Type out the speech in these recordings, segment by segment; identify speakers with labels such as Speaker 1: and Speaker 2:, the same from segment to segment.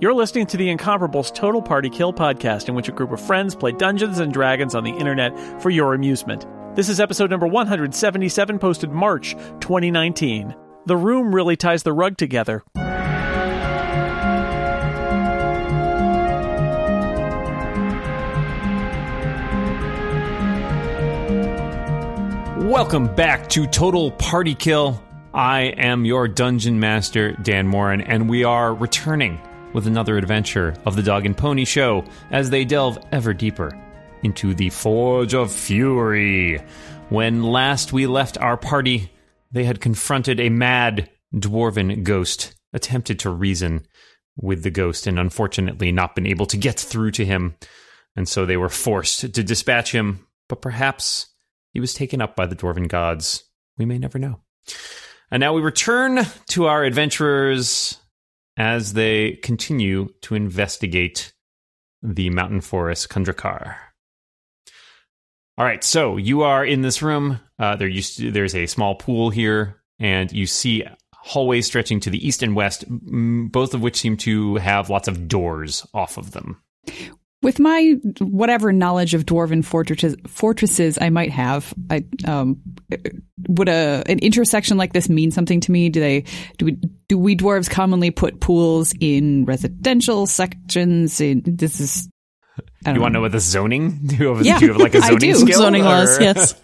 Speaker 1: You're listening to the Incomparables Total Party Kill podcast, in which a group of friends play Dungeons and Dragons on the internet for your amusement. This is episode number 177, posted March 2019. The room really ties the rug together.
Speaker 2: Welcome back to Total Party Kill. I am your dungeon master, Dan Morin, and we are returning with another adventure of the Dog and Pony Show as they delve ever deeper into the Forge of Fury. When last we left our party, they had confronted a mad dwarven ghost, attempted to reason with the ghost, and unfortunately not been able to get through to him. And so they were forced to dispatch him, but perhaps he was taken up by the dwarven gods. We may never know. And now we return to our adventurers as they continue to investigate the mountain forest Kundrakar. All right, so you are in this room. Uh, there used to, there's a small pool here, and you see hallways stretching to the east and west, m- both of which seem to have lots of doors off of them.
Speaker 3: With my whatever knowledge of dwarven fortresses, fortresses I might have, I um, would a an intersection like this mean something to me? Do they do we, do we dwarves commonly put pools in residential sections? In this is I don't
Speaker 2: You want to know what the zoning? Do you have,
Speaker 3: Um, Yeah,
Speaker 2: do you have like a
Speaker 3: I
Speaker 2: zoning
Speaker 3: do.
Speaker 2: skill?
Speaker 4: zoning laws.
Speaker 2: or-
Speaker 4: Yes,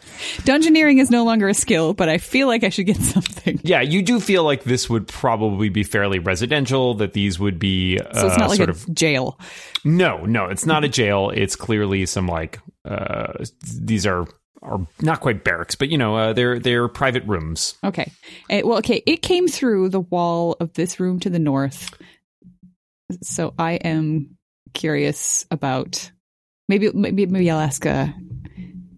Speaker 3: Dungeoneering is no longer a skill, but I feel like I should get something.
Speaker 2: Yeah, you do feel like this would probably be fairly residential. That these would be uh,
Speaker 3: So it's not like
Speaker 2: sort
Speaker 3: a
Speaker 2: of
Speaker 3: jail.
Speaker 2: no, no. It's not a jail. It's clearly some like uh, these are are not quite barracks, but you know uh, they're they're private rooms.
Speaker 3: Okay. Eh, well, okay. It came through the wall of this room to the north. So I am curious about maybe maybe maybe I'll ask uh,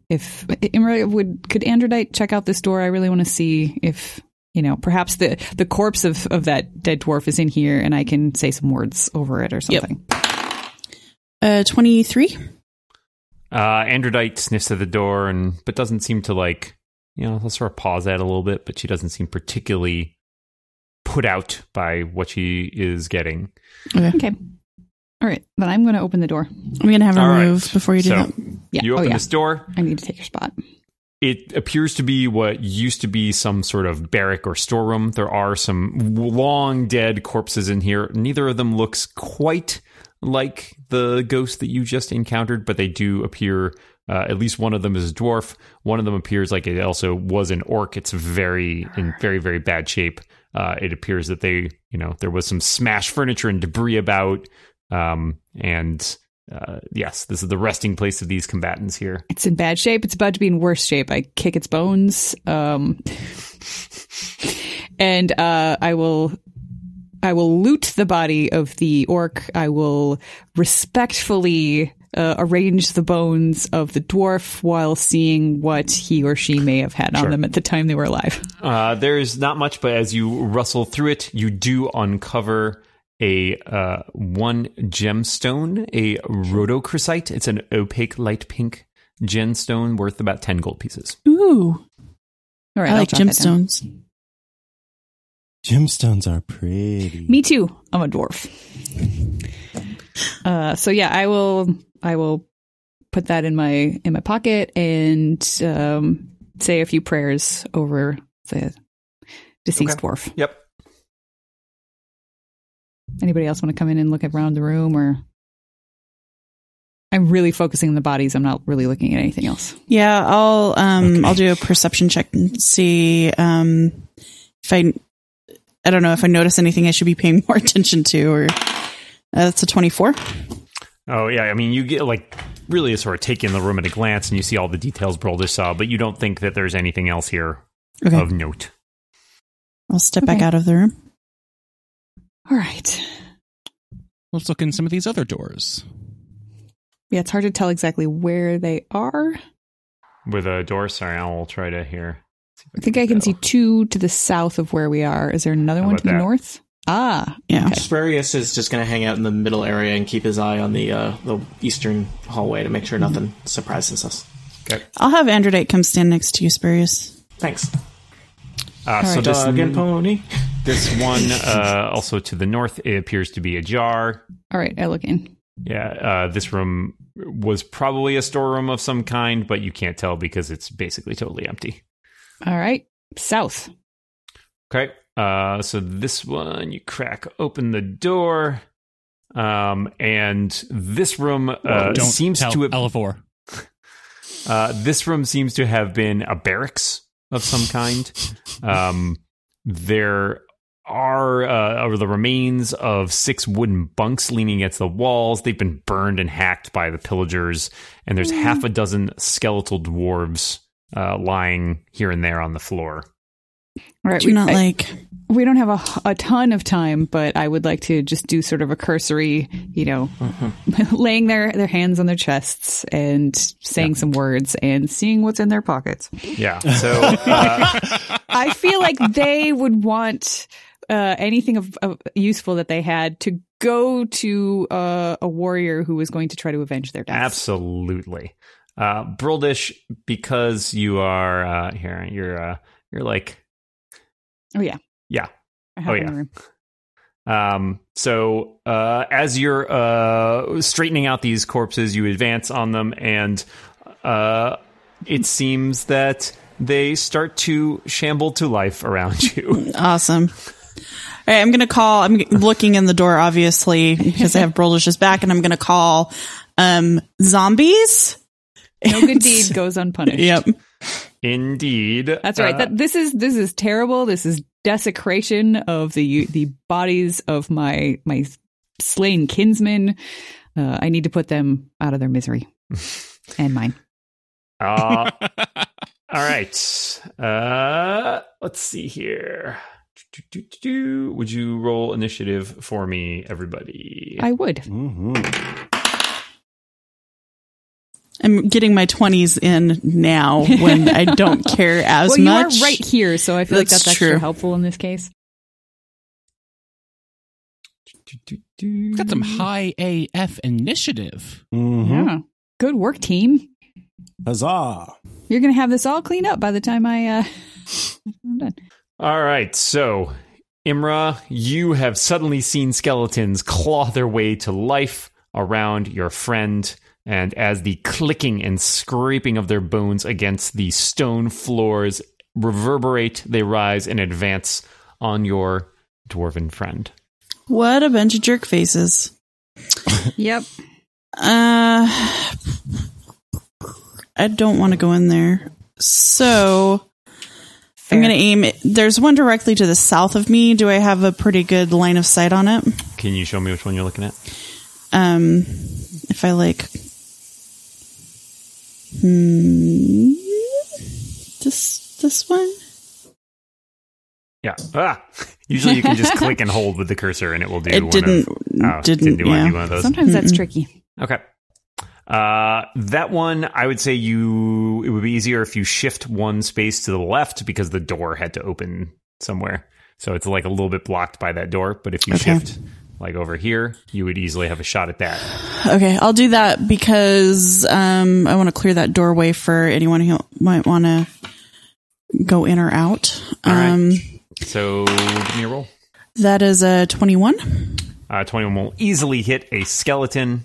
Speaker 3: if Imra would could Androdite check out this door? I really want to see if you know perhaps the the corpse of of that dead dwarf is in here, and I can say some words over it or
Speaker 4: Yep.
Speaker 3: something.
Speaker 4: uh, twenty three.
Speaker 2: Uh, Androdite sniffs at the door and but doesn't seem to like you know. I'll sort of pause that a little bit, but she doesn't seem particularly put out by what she is getting.
Speaker 3: Okay. All right, then I'm going to open the door.
Speaker 4: I'm gonna have her
Speaker 2: All right.
Speaker 4: move before you do
Speaker 2: So
Speaker 4: that.
Speaker 3: Yeah.
Speaker 2: you
Speaker 3: oh,
Speaker 2: open
Speaker 3: yeah.
Speaker 2: this door.
Speaker 3: I need to take your spot.
Speaker 2: it appears to be what used to be some sort of barrack or storeroom. There are some long dead corpses in here. Neither of them looks quite like the ghost that you just encountered, but they do appear. Uh, at least one of them is a dwarf. One of them appears like it also was an orc. It's very in very very bad shape. Uh, it appears that they, you know, there was some smashed furniture and debris about. Um, and uh, yes, this is the resting place of these combatants here.
Speaker 3: It's in bad shape. It's about to be in worse shape. I kick its bones. Um, and uh, I will, I will loot the body of the orc. I will respectfully uh, arrange the bones of the dwarf while seeing what he or she may have had on them at the time they were alive.
Speaker 2: Uh, there's not much, but as you rustle through it, you do uncover a uh, one gemstone, a rhodochrosite. It's an opaque light pink gemstone worth about 10 gold pieces.
Speaker 4: Ooh,
Speaker 3: All right,
Speaker 4: I
Speaker 3: I'll
Speaker 4: like
Speaker 3: jot that down.
Speaker 4: gemstones.
Speaker 5: Gemstones are pretty.
Speaker 3: Me too. I'm a dwarf. Uh, so yeah, I will. I will put that in my in my pocket and um, say a few prayers over the deceased
Speaker 2: Okay.
Speaker 3: dwarf.
Speaker 2: Yep.
Speaker 3: Anybody else want to come in and look around the room or? I'm really focusing on the bodies. I'm not really looking at anything else.
Speaker 4: Yeah, I'll um
Speaker 2: Okay.
Speaker 4: I'll do a perception check and see um if I I don't know if I notice anything I should be paying more attention to or uh, that's a 24.
Speaker 2: Oh, yeah. I mean, you get like really sort of take in the room at a glance and you see all the details Broldish saw, but you don't think that there's anything else here
Speaker 4: Okay.
Speaker 2: of note.
Speaker 4: I'll step back
Speaker 3: Okay.
Speaker 4: out of the room.
Speaker 3: All right.
Speaker 6: Let's look in some of these other doors.
Speaker 3: Yeah, it's hard to tell exactly where they are.
Speaker 2: With a door, sorry, I'll try to hear.
Speaker 3: I think I can see two to the south of where we are. Is there another
Speaker 2: How
Speaker 3: one
Speaker 2: about
Speaker 3: to the
Speaker 2: that?
Speaker 3: north? Ah,
Speaker 4: Yeah.
Speaker 7: Spurious is just going to hang out in the middle area and keep his eye on the uh, the eastern hallway to make sure nothing surprises us.
Speaker 4: I'll have Androdite come stand next to you, Spurious.
Speaker 7: Thanks.
Speaker 2: Uh, so
Speaker 3: right.
Speaker 2: this
Speaker 7: Dog and pony.
Speaker 2: This one, uh, also to the north, it appears to be ajar.
Speaker 3: All right, I look in.
Speaker 2: Yeah, uh, this room was probably a storeroom of some kind, but you can't tell because it's basically totally empty.
Speaker 3: All right, south.
Speaker 2: Okay. Uh, so this one, you crack open the door, um, and this room uh,
Speaker 6: Don't
Speaker 2: seems
Speaker 6: tell
Speaker 2: to have,
Speaker 6: Elevor.
Speaker 2: uh, this room seems to have been a barracks of some kind. Um, there are, uh, are the remains of six wooden bunks leaning against the walls. They've been burned and hacked by the pillagers, and there's half a dozen skeletal dwarves uh, lying here and there on the floor.
Speaker 3: All right,
Speaker 4: Do you not
Speaker 3: I-
Speaker 4: like
Speaker 3: we don't have a, a ton of time, but I would like to just do sort of a cursory, you know,
Speaker 2: Mm-hmm.
Speaker 3: laying their, their hands on their chests and saying some words and seeing what's in their pockets.
Speaker 2: Yeah. So uh,
Speaker 3: I feel like they would want uh, anything of, of useful that they had to go to uh, a warrior who was going to try to avenge their death.
Speaker 2: absolutely, uh, Brildish, because you are uh, here. You're uh, you're like
Speaker 3: Oh yeah.
Speaker 2: Yeah.
Speaker 3: I hop
Speaker 2: Oh,
Speaker 3: in
Speaker 2: yeah.
Speaker 3: the room.
Speaker 2: Um, so uh, as you're uh, straightening out these corpses, you advance on them, and uh, it seems that they start to shamble to life around you.
Speaker 4: awesome? All right, I'm gonna call. I'm g- looking in the door, obviously, because I have Broldish's back, and I'm gonna call um zombies.
Speaker 3: No good deed goes unpunished.
Speaker 4: Yep.
Speaker 2: Indeed,
Speaker 3: That's right.
Speaker 2: Uh,
Speaker 3: that, this is this is terrible. This is desecration of the the bodies of my my slain kinsmen. Uh, I need to put them out of their misery and mine.
Speaker 2: uh, all right. Uh, let's see here. Do-do-do-do-do. Would you roll initiative for me, everybody?
Speaker 3: I would.
Speaker 5: Mhm.
Speaker 4: I'm getting my 20s in now when I don't care as
Speaker 3: well,
Speaker 4: much.
Speaker 3: you are right here, so I feel like
Speaker 4: That's
Speaker 3: that's extra
Speaker 4: true.
Speaker 3: helpful in this case.
Speaker 2: Do-do-do-do.
Speaker 6: Got some high AF initiative.
Speaker 5: Mhm.
Speaker 3: Yeah. Good work, team.
Speaker 5: Huzzah!
Speaker 3: You're gonna have this all cleaned up by the time I uh, I'm done.
Speaker 2: All right, so Imra, you have suddenly seen skeletons claw their way to life around your friend, and as the clicking and scraping of their bones against the stone floors reverberate, they rise and advance on your dwarven friend.
Speaker 4: What a bunch of jerk faces.
Speaker 3: Yep.
Speaker 4: Uh, I don't want to go in there. So I'm going to aim. it- There's one directly to the south of me. Do I have a pretty good line of sight on it?
Speaker 2: Can you show me which one you're looking at?
Speaker 4: Um, if I like. Hmm, this this one.
Speaker 2: Yeah. Ah! Usually you can just click and hold with the cursor and it will do
Speaker 4: it
Speaker 2: one
Speaker 4: didn't.
Speaker 2: of oh,
Speaker 4: didn't.
Speaker 2: didn't do
Speaker 4: yeah.
Speaker 2: one of those.
Speaker 3: Sometimes that's tricky.
Speaker 2: Okay. Uh, that one, I would say you. It would be easier if you shift one space to the left because the door had to open somewhere, so it's like a little bit blocked by that door. But if you
Speaker 4: Okay.
Speaker 2: shift like over here, you would easily have a shot at that.
Speaker 4: Okay, I'll do that because um, I want to clear that doorway for anyone who might want to go in or out.
Speaker 2: All right.
Speaker 4: Um,
Speaker 2: So give me a roll.
Speaker 4: That is a 21.
Speaker 2: Uh, Twenty-one will easily hit a skeleton.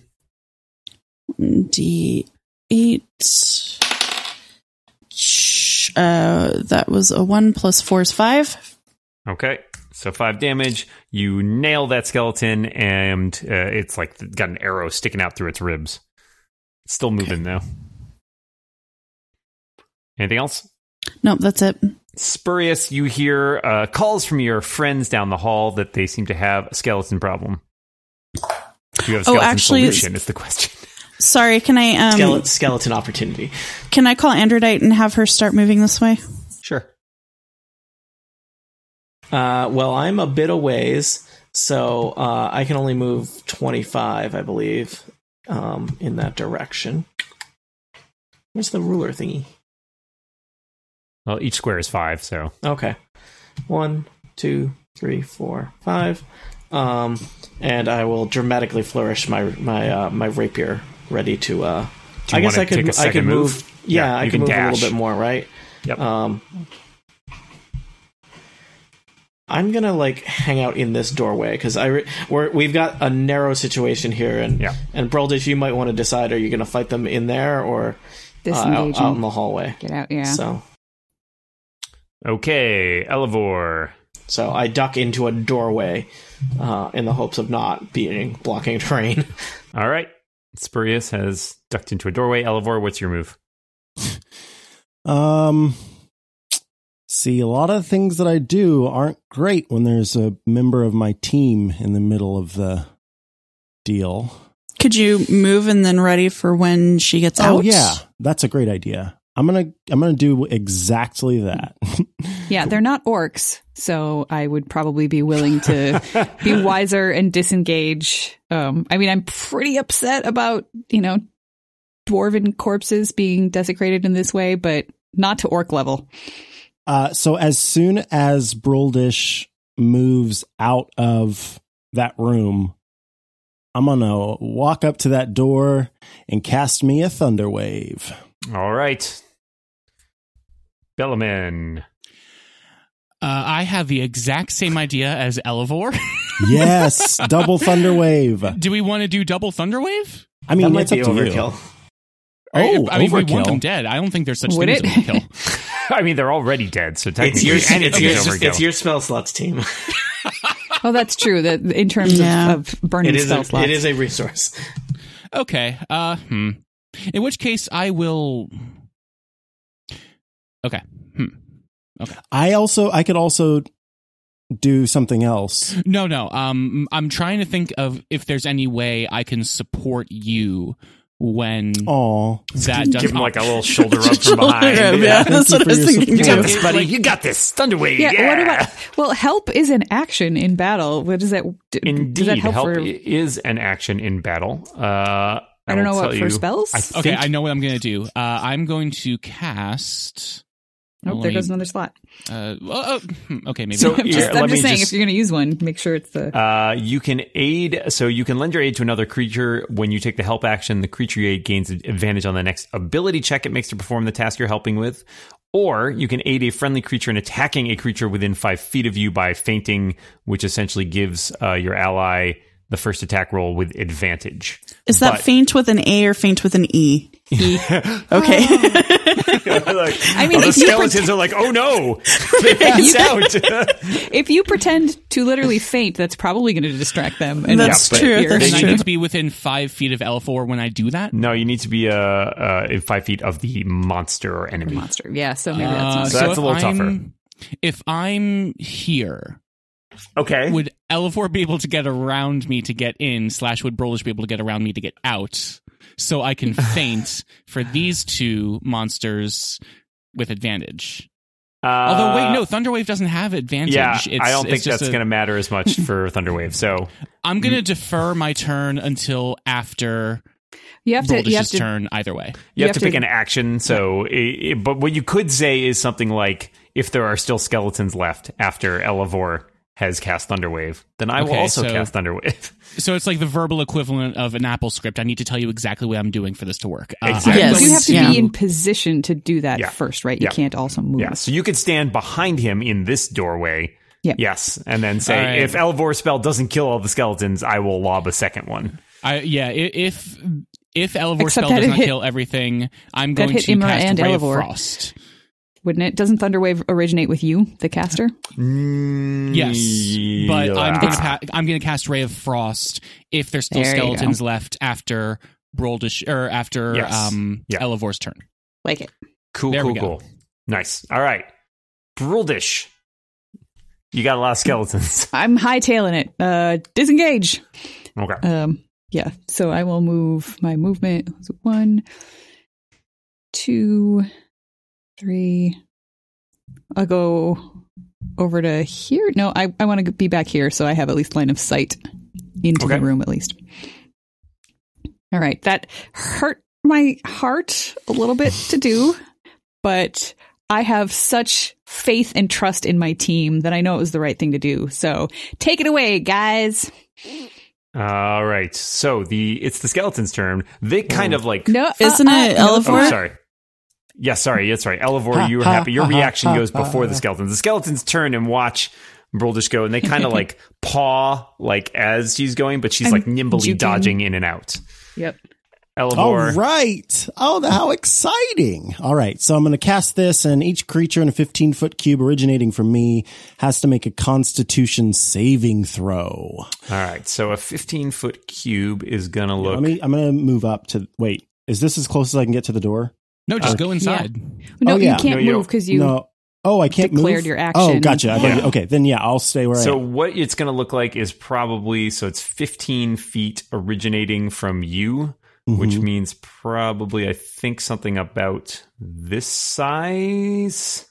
Speaker 4: D8. Ch- Uh, that was a 1 plus 4 is 5.
Speaker 2: Okay. So five damage. You nail that skeleton, and uh, it's like got an arrow sticking out through its ribs. It's still moving though. Anything else?
Speaker 4: Nope, that's it.
Speaker 2: Spurious, you hear uh, calls from your friends down the hall that they seem to have a skeleton problem. Do you have a
Speaker 4: Oh,
Speaker 2: skeleton
Speaker 4: actually, it's-
Speaker 2: solution? Is the question.
Speaker 4: Sorry, can I um
Speaker 7: Skele- skeleton opportunity.
Speaker 4: can I call Androdite and have her start moving this way?
Speaker 7: Sure. Uh, well, I'm a bit a ways, so uh, I can only move 25, I believe, um, in that direction. Where's the ruler thingy?
Speaker 2: Well, each square is five, so
Speaker 7: Okay. One, two, three, four, five. Um, and I will dramatically flourish my my uh, my rapier, ready to. Uh,
Speaker 2: Do you
Speaker 7: I guess
Speaker 2: wanna
Speaker 7: I could
Speaker 2: take a
Speaker 7: I could
Speaker 2: second move?
Speaker 7: move. Yeah,
Speaker 2: Yeah,
Speaker 7: I
Speaker 2: you
Speaker 7: could
Speaker 2: can
Speaker 7: move a
Speaker 2: dash.
Speaker 7: Um, little bit more, right?
Speaker 2: Yep.
Speaker 7: Um, I'm gonna like hang out in this doorway because I re- we're, we've got a narrow situation here, and
Speaker 2: Yeah.
Speaker 7: and Broldish, you might want to decide: are you gonna fight them in there or uh, out,
Speaker 3: Disengage
Speaker 7: out
Speaker 3: and
Speaker 7: in the hallway?
Speaker 3: get out. Yeah.
Speaker 7: So
Speaker 2: Okay, Elevor.
Speaker 7: so I duck into a doorway uh, in the hopes of not being blocking train.
Speaker 2: All right. Spurious has ducked into a doorway. Elevor, what's your move?
Speaker 5: Um, see, a lot of things that I do aren't great when there's a member of my team in the middle of the deal.
Speaker 4: Could you move and then ready for when she gets out?
Speaker 5: Oh yeah, that's a great idea. I'm gonna I'm gonna do exactly that.
Speaker 3: Yeah, they're not orcs, so I would probably be willing to be wiser and disengage. Um, I mean, I'm pretty upset about you know dwarven corpses being desecrated in this way, but not to orc level.
Speaker 5: Uh, so as soon as Broldish moves out of that room, I'm gonna walk up to that door and cast me a thunder wave.
Speaker 2: All right. Bellaman.
Speaker 6: Uh, I have the exact same idea as Elevor.
Speaker 5: Yes, double thunder wave. I
Speaker 6: do we want to do double Thunderwave?
Speaker 5: mean,
Speaker 7: that
Speaker 5: it's
Speaker 7: might
Speaker 5: up
Speaker 7: be
Speaker 5: to you.
Speaker 7: overkill.
Speaker 5: Oh,
Speaker 6: I mean, we want
Speaker 5: overkill.
Speaker 6: them dead. I don't think there's such
Speaker 3: Would
Speaker 6: thing as
Speaker 3: it?
Speaker 6: overkill.
Speaker 2: I mean, they're already dead, so
Speaker 7: It's
Speaker 2: technically
Speaker 7: your
Speaker 2: anything
Speaker 7: it's your
Speaker 2: is overkill.
Speaker 7: it's your spell slots team.
Speaker 3: Oh, that's true. That in terms
Speaker 4: Yeah.
Speaker 3: of, of burning
Speaker 7: It is
Speaker 3: spell
Speaker 7: a,
Speaker 3: slots,
Speaker 7: it is a resource.
Speaker 6: okay. Uh, hmm. In which case, I will. Okay. Hmm.
Speaker 5: I also I could also do something else.
Speaker 6: No, no. Um, I'm trying to think of if there's any way I can support you when
Speaker 5: Oh,
Speaker 6: that does.
Speaker 2: Give him like a little shoulder rub from
Speaker 4: Shoulder
Speaker 2: behind.
Speaker 4: rub, yeah. that's what I was thinking.
Speaker 2: You
Speaker 4: too.
Speaker 2: got this, buddy. you got this. Thunderwave.
Speaker 3: yeah,
Speaker 2: Yeah.
Speaker 3: What about well, help is an action in battle. What does that? d-
Speaker 2: Indeed,
Speaker 3: does that help,
Speaker 2: help,
Speaker 3: for?
Speaker 2: i- is an action in battle. Uh, I,
Speaker 3: I don't know
Speaker 2: will
Speaker 3: what
Speaker 2: tell
Speaker 3: for
Speaker 2: you.
Speaker 3: spells.
Speaker 2: I think,
Speaker 6: Okay, I know what I'm going to do. Uh, I'm going to cast.
Speaker 3: oh, there
Speaker 6: Only-
Speaker 3: goes another slot.
Speaker 6: Uh, well, oh, hmm, okay, maybe.
Speaker 2: So
Speaker 6: not.
Speaker 3: I'm
Speaker 2: here,
Speaker 3: just,
Speaker 2: let
Speaker 3: I'm just
Speaker 2: me
Speaker 3: saying,
Speaker 2: just-
Speaker 3: if you're going to use one, make sure it's the.
Speaker 2: Uh, you can aid, so you can lend your aid to another creature. When you take the help action, the creature you aid gains an advantage on the next ability check it makes to perform the task you're helping with. Or you can aid a friendly creature in attacking a creature within five feet of you by feinting, which essentially gives uh, your ally the first attack roll with advantage.
Speaker 4: Is that
Speaker 2: But-
Speaker 4: faint with an A or faint with an E? okay.
Speaker 3: I mean,
Speaker 2: the
Speaker 3: if you,
Speaker 2: skeletons are like, oh no, they pass out.
Speaker 3: pre- if you pretend to literally faint, that's probably going to distract them. And
Speaker 4: That's
Speaker 2: Yeah, but
Speaker 4: true.
Speaker 3: you're-
Speaker 4: That's
Speaker 6: And I
Speaker 4: true.
Speaker 6: need to be within five feet of L4 when I do that.
Speaker 2: no, you need to be uh, uh, in five feet of the monster or enemy.
Speaker 3: monster. Yeah, so maybe
Speaker 6: Uh,
Speaker 3: that's
Speaker 2: so
Speaker 3: not.
Speaker 2: that's a
Speaker 6: if
Speaker 2: little tougher.
Speaker 6: I'm- If I'm here,
Speaker 2: Okay.
Speaker 6: would Elevor be able to get around me to get in? Slash, would Brolish be able to get around me to get out? So I can faint for these two monsters with advantage.
Speaker 2: Uh,
Speaker 6: Although, wait, no, Thunderwave doesn't have advantage.
Speaker 2: Yeah, I don't think
Speaker 6: it's just
Speaker 2: that's
Speaker 6: a-
Speaker 2: going to matter as much for Thunderwave. So
Speaker 6: I'm going to defer my turn until after
Speaker 3: You have to. You have
Speaker 6: Broldish's
Speaker 3: to.
Speaker 6: turn. Either way,
Speaker 2: you, have, to, pick an action. So, i- i- but what you could say is something like, if there are still skeletons left after Elevor has cast Thunderwave, then I will
Speaker 6: Okay,
Speaker 2: also
Speaker 6: so-
Speaker 2: cast Thunderwave.
Speaker 6: so it's like the verbal equivalent of an Apple script. I need to tell you exactly what I'm doing for this to work. Uh,
Speaker 2: Exactly.
Speaker 3: You
Speaker 4: Yes.
Speaker 3: do have to
Speaker 4: Yeah.
Speaker 3: be in position to do that
Speaker 2: Yeah.
Speaker 3: first, right? You
Speaker 2: Yeah.
Speaker 3: can't also move.
Speaker 2: yeah, so you could stand behind him in this doorway.
Speaker 3: Yeah.
Speaker 2: Yes, and then say,
Speaker 6: All right.
Speaker 2: if Elevor's spell doesn't kill all the skeletons, I will lob a second one.
Speaker 6: I, yeah, i- if if Elevor
Speaker 3: Except
Speaker 6: spell
Speaker 3: that
Speaker 6: does
Speaker 3: it
Speaker 6: not
Speaker 3: hit-
Speaker 6: kill everything, I'm
Speaker 3: that
Speaker 6: going
Speaker 3: hit
Speaker 6: to
Speaker 3: Imra
Speaker 6: cast
Speaker 3: and
Speaker 6: Ray
Speaker 3: Elevor.
Speaker 6: of Frost.
Speaker 3: Wouldn't it? Doesn't Thunderwave originate with you, the caster?
Speaker 6: Yes, but I'm
Speaker 2: Yeah.
Speaker 6: gonna pa- I'm gonna cast Ray of Frost if there's still
Speaker 3: There you
Speaker 6: skeletons left after Broldish or after
Speaker 2: Yes.
Speaker 6: um
Speaker 2: Yeah.
Speaker 6: Elevor's turn.
Speaker 3: Like it.
Speaker 2: Cool,
Speaker 6: There
Speaker 2: cool,
Speaker 6: we go.
Speaker 2: cool. Nice. All right. Bruldish. You got a lot of skeletons.
Speaker 3: I'm hightailing it. Uh, disengage.
Speaker 2: okay.
Speaker 3: Um, yeah. So I will move my movement. So One, two, three. I'll go over to here. No, I, I want to be back here so I have at least line of sight into
Speaker 2: Okay.
Speaker 3: the room at least. All right. That hurt my heart a little bit to do, but I have such faith and trust in my team that I know it was the right thing to do. So take it away, guys.
Speaker 2: All right. So the it's the skeletons' turn. They kind
Speaker 6: Oh.
Speaker 2: of like.
Speaker 3: No, uh,
Speaker 4: Isn't it
Speaker 3: no.
Speaker 4: Elevor?
Speaker 2: Oh, sorry. Yeah, sorry. That's right. Elevor, you were happy. Your reaction goes before the skeletons. The skeletons turn and watch Broldish go, and they kind of like paw like as she's going, but she's
Speaker 3: I'm
Speaker 2: like nimbly
Speaker 3: juking.
Speaker 2: dodging in and out.
Speaker 3: Yep.
Speaker 5: All
Speaker 2: Elevore,
Speaker 5: right. Oh, how exciting. All right. So I'm going to cast this, and each creature in a 15 foot cube originating from me has to make a constitution saving throw.
Speaker 2: all right. So a 15 foot cube is gonna look.
Speaker 5: Let me, I'm going to move up to. Wait, is this as close as I can get to the door?
Speaker 6: No, just
Speaker 5: Uh,
Speaker 6: go inside.
Speaker 3: No,
Speaker 5: Oh, yeah.
Speaker 3: you can't
Speaker 2: No, you
Speaker 3: move because you.
Speaker 5: no. Oh, I can't move.
Speaker 3: declared your
Speaker 5: Oh,
Speaker 3: action.
Speaker 5: gotcha. I got
Speaker 2: Yeah.
Speaker 5: you. Okay. Then, yeah, I'll stay where
Speaker 2: So
Speaker 5: I am.
Speaker 2: what it's going to look like is probably so it's 15 feet originating from you, which
Speaker 5: Mhm.
Speaker 2: means probably I think something about this size.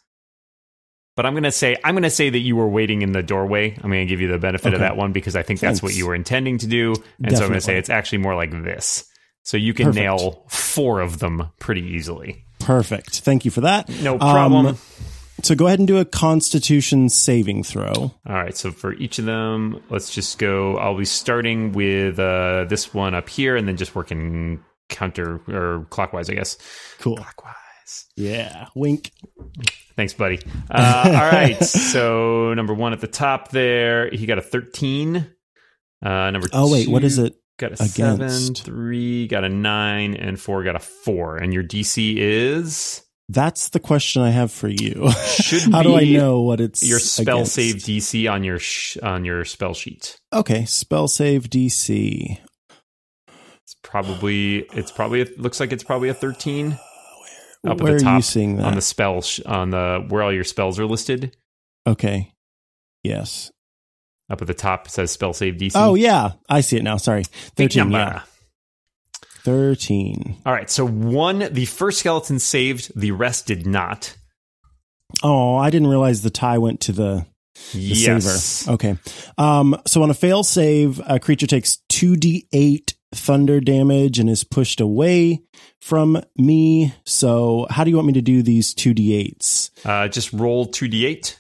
Speaker 2: But I'm going to say I'm going to say that you were waiting in the doorway. I'm going to give you the benefit of
Speaker 5: Okay.
Speaker 2: that one because I think that's what
Speaker 5: Thanks.
Speaker 2: you were intending to do, and so I'm going to
Speaker 5: Definitely.
Speaker 2: say it's actually more like this. So you can
Speaker 5: Perfect.
Speaker 2: nail four of them pretty easily.
Speaker 5: Perfect. Thank you for that.
Speaker 2: No
Speaker 5: Um,
Speaker 2: problem.
Speaker 5: so go ahead and do a constitution saving throw.
Speaker 2: All right, so for each of them, let's just go. I'll be starting with uh, this one up here, and then just working counter or clockwise, I guess.
Speaker 5: Cool.
Speaker 2: Clockwise.
Speaker 5: Yeah. Wink.
Speaker 2: Thanks, buddy. Uh, all right, so number one at the top there, he got a thirteen. Uh, number
Speaker 5: Oh, wait. What is
Speaker 2: two
Speaker 5: it?
Speaker 2: Got a seven,
Speaker 5: against?
Speaker 2: three got a nine, and four got a four. And your DC is
Speaker 5: That's the question I have for you.
Speaker 2: Should
Speaker 5: How do I
Speaker 2: be
Speaker 5: know what it's
Speaker 2: your spell
Speaker 5: against?
Speaker 2: save DC on your sh- on your spell sheet.
Speaker 5: Okay, spell save DC.
Speaker 2: It's probably it's probably it looks like it's probably a thirteen up
Speaker 5: Where
Speaker 2: at the
Speaker 5: are
Speaker 2: top
Speaker 5: you seeing that?
Speaker 2: on the spell sh- on the where all your spells are listed.
Speaker 5: okay. Yes.
Speaker 2: Up at the top it says spell save DC.
Speaker 5: Oh yeah, I see it now. Sorry,
Speaker 2: Big
Speaker 5: thirteen.
Speaker 2: number.
Speaker 5: Yeah, thirteen.
Speaker 2: All right, so one the first skeleton saved, the rest did not.
Speaker 5: Oh, I didn't realize the tie went to the, the
Speaker 2: yes.
Speaker 5: saver. Okay. Um. So on a fail save, a creature takes two d eight thunder damage and is pushed away from me. So how do you want me to do these two d eights?
Speaker 2: Uh, just roll two d eight.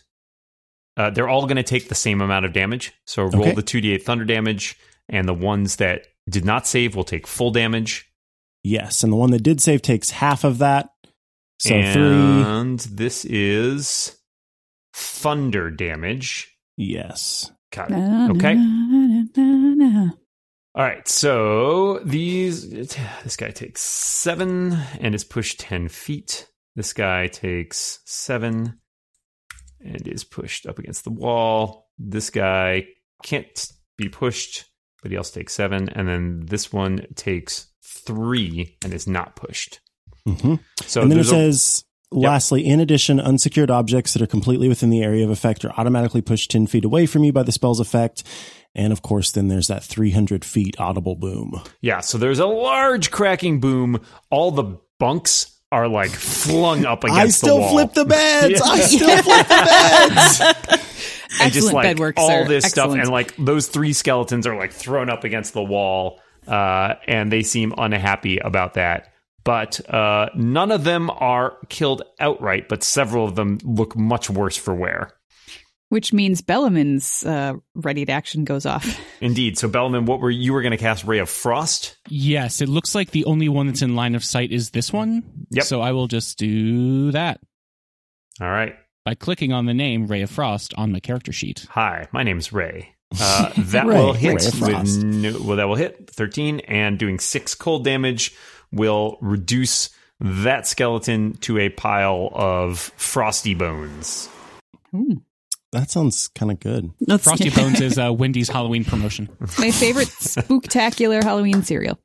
Speaker 2: Uh, they're all going to take the same amount of damage. So roll
Speaker 5: Okay.
Speaker 2: the two d eight thunder damage, and the ones that did not save will take full damage.
Speaker 5: Yes, and the one that did save takes half of that. So three.
Speaker 2: and this is thunder damage.
Speaker 5: Yes.
Speaker 2: Got it.
Speaker 3: Na, na,
Speaker 2: Okay.
Speaker 3: na, na, na, na.
Speaker 2: All right. So these, this guy takes seven and is pushed 10 feet. This guy takes seven and is pushed up against the wall. This guy can't be pushed, but he also takes seven. And then this one takes three and is not pushed.
Speaker 5: hmm
Speaker 2: So
Speaker 5: and then it
Speaker 2: there's a-
Speaker 5: says, lastly, in addition, unsecured objects that are completely within the area of effect are automatically pushed 10 feet away from you by the spell's effect. And of course, then there's that 300 feet audible boom.
Speaker 2: Yeah, so there's a large cracking boom. All the bunks are like flung up against
Speaker 5: I still
Speaker 2: the wall.
Speaker 5: flip the beds.
Speaker 2: Yeah.
Speaker 5: I still flip the beds.
Speaker 2: and just
Speaker 3: Excellent
Speaker 2: like
Speaker 3: bed work,
Speaker 2: all
Speaker 3: sir.
Speaker 2: this stuff
Speaker 3: Excellent.
Speaker 2: and like those three skeletons are like thrown up against the wall uh, and they seem unhappy about that but uh, none of them are killed outright but several of them look much worse for wear
Speaker 3: Which means Bellaman's uh, ready to action goes off.
Speaker 2: indeed so bellman what were you were going to cast ray of frost
Speaker 6: Yes, it looks like the only one that's in line of sight is this one.
Speaker 2: Yep.
Speaker 6: So I will just do that
Speaker 2: all right
Speaker 6: by clicking on the name Ray of Frost on my character sheet.
Speaker 2: hi my name's ray uh, that
Speaker 5: Ray,
Speaker 2: will
Speaker 5: Ray
Speaker 2: hit
Speaker 5: of
Speaker 2: with
Speaker 5: Frost.
Speaker 2: no, well that will hit 13 and doing six cold damage will reduce that skeleton to a pile of frosty bones
Speaker 3: Ooh.
Speaker 5: That sounds kind of good.
Speaker 4: That's
Speaker 6: Frosty Bones is uh, Wendy's Halloween promotion.
Speaker 3: My favorite spooktacular Halloween cereal.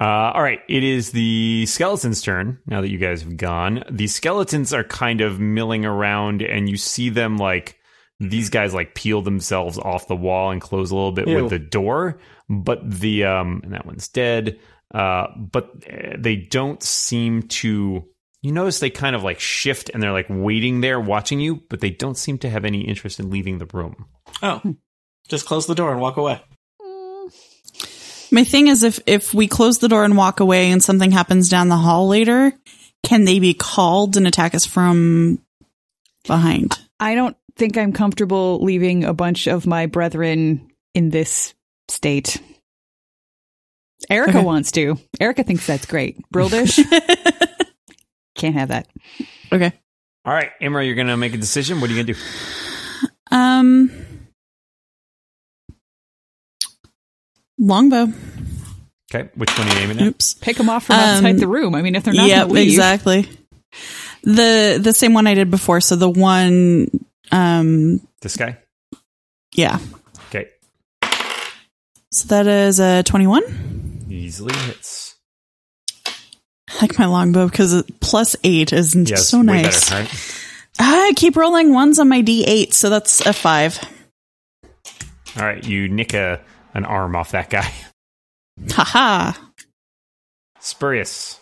Speaker 2: Uh, all right, it is the skeleton's turn. Now that you guys have gone, the skeletons are kind of milling around, and you see them like these guys like peel themselves off the wall and close a little bit
Speaker 7: Ew.
Speaker 2: with the door. But the um, and that one's dead. Uh, but uh, they don't seem to. You notice they kind of like shift, and they're like waiting there, watching you, but they don't seem to have any interest in leaving the room.
Speaker 7: Oh, just close the door and walk away.
Speaker 4: My thing is if if we close the door and walk away and something happens down the hall later, can they be called and attack us from behind?
Speaker 3: I don't think I'm comfortable leaving a bunch of my brethren in this state. Erica
Speaker 4: Okay.
Speaker 3: wants to. Erica thinks that's great. Brildish can't have that.
Speaker 4: okay.
Speaker 2: All right, Imra, you're gonna make a decision. What are you gonna do?
Speaker 4: Um, longbow.
Speaker 2: Okay, which one are you aiming at?
Speaker 4: Oops.
Speaker 3: Pick them off from
Speaker 4: Um,
Speaker 3: outside the room. I mean, if they're not,
Speaker 4: yeah,
Speaker 3: gonna leave,
Speaker 4: exactly. The the same one I did before. So the one, um,
Speaker 2: This guy.
Speaker 4: yeah.
Speaker 2: Okay,
Speaker 4: So that is a twenty-one,
Speaker 2: easily hits.
Speaker 4: like my longbow, because plus eight is
Speaker 2: Yes,
Speaker 4: so
Speaker 2: way
Speaker 4: nice.
Speaker 2: better. Right?
Speaker 4: Ah, I keep rolling ones on my d8, so that's a five.
Speaker 2: All right, you nick a an arm off that guy.
Speaker 4: Haha.
Speaker 2: Spurious.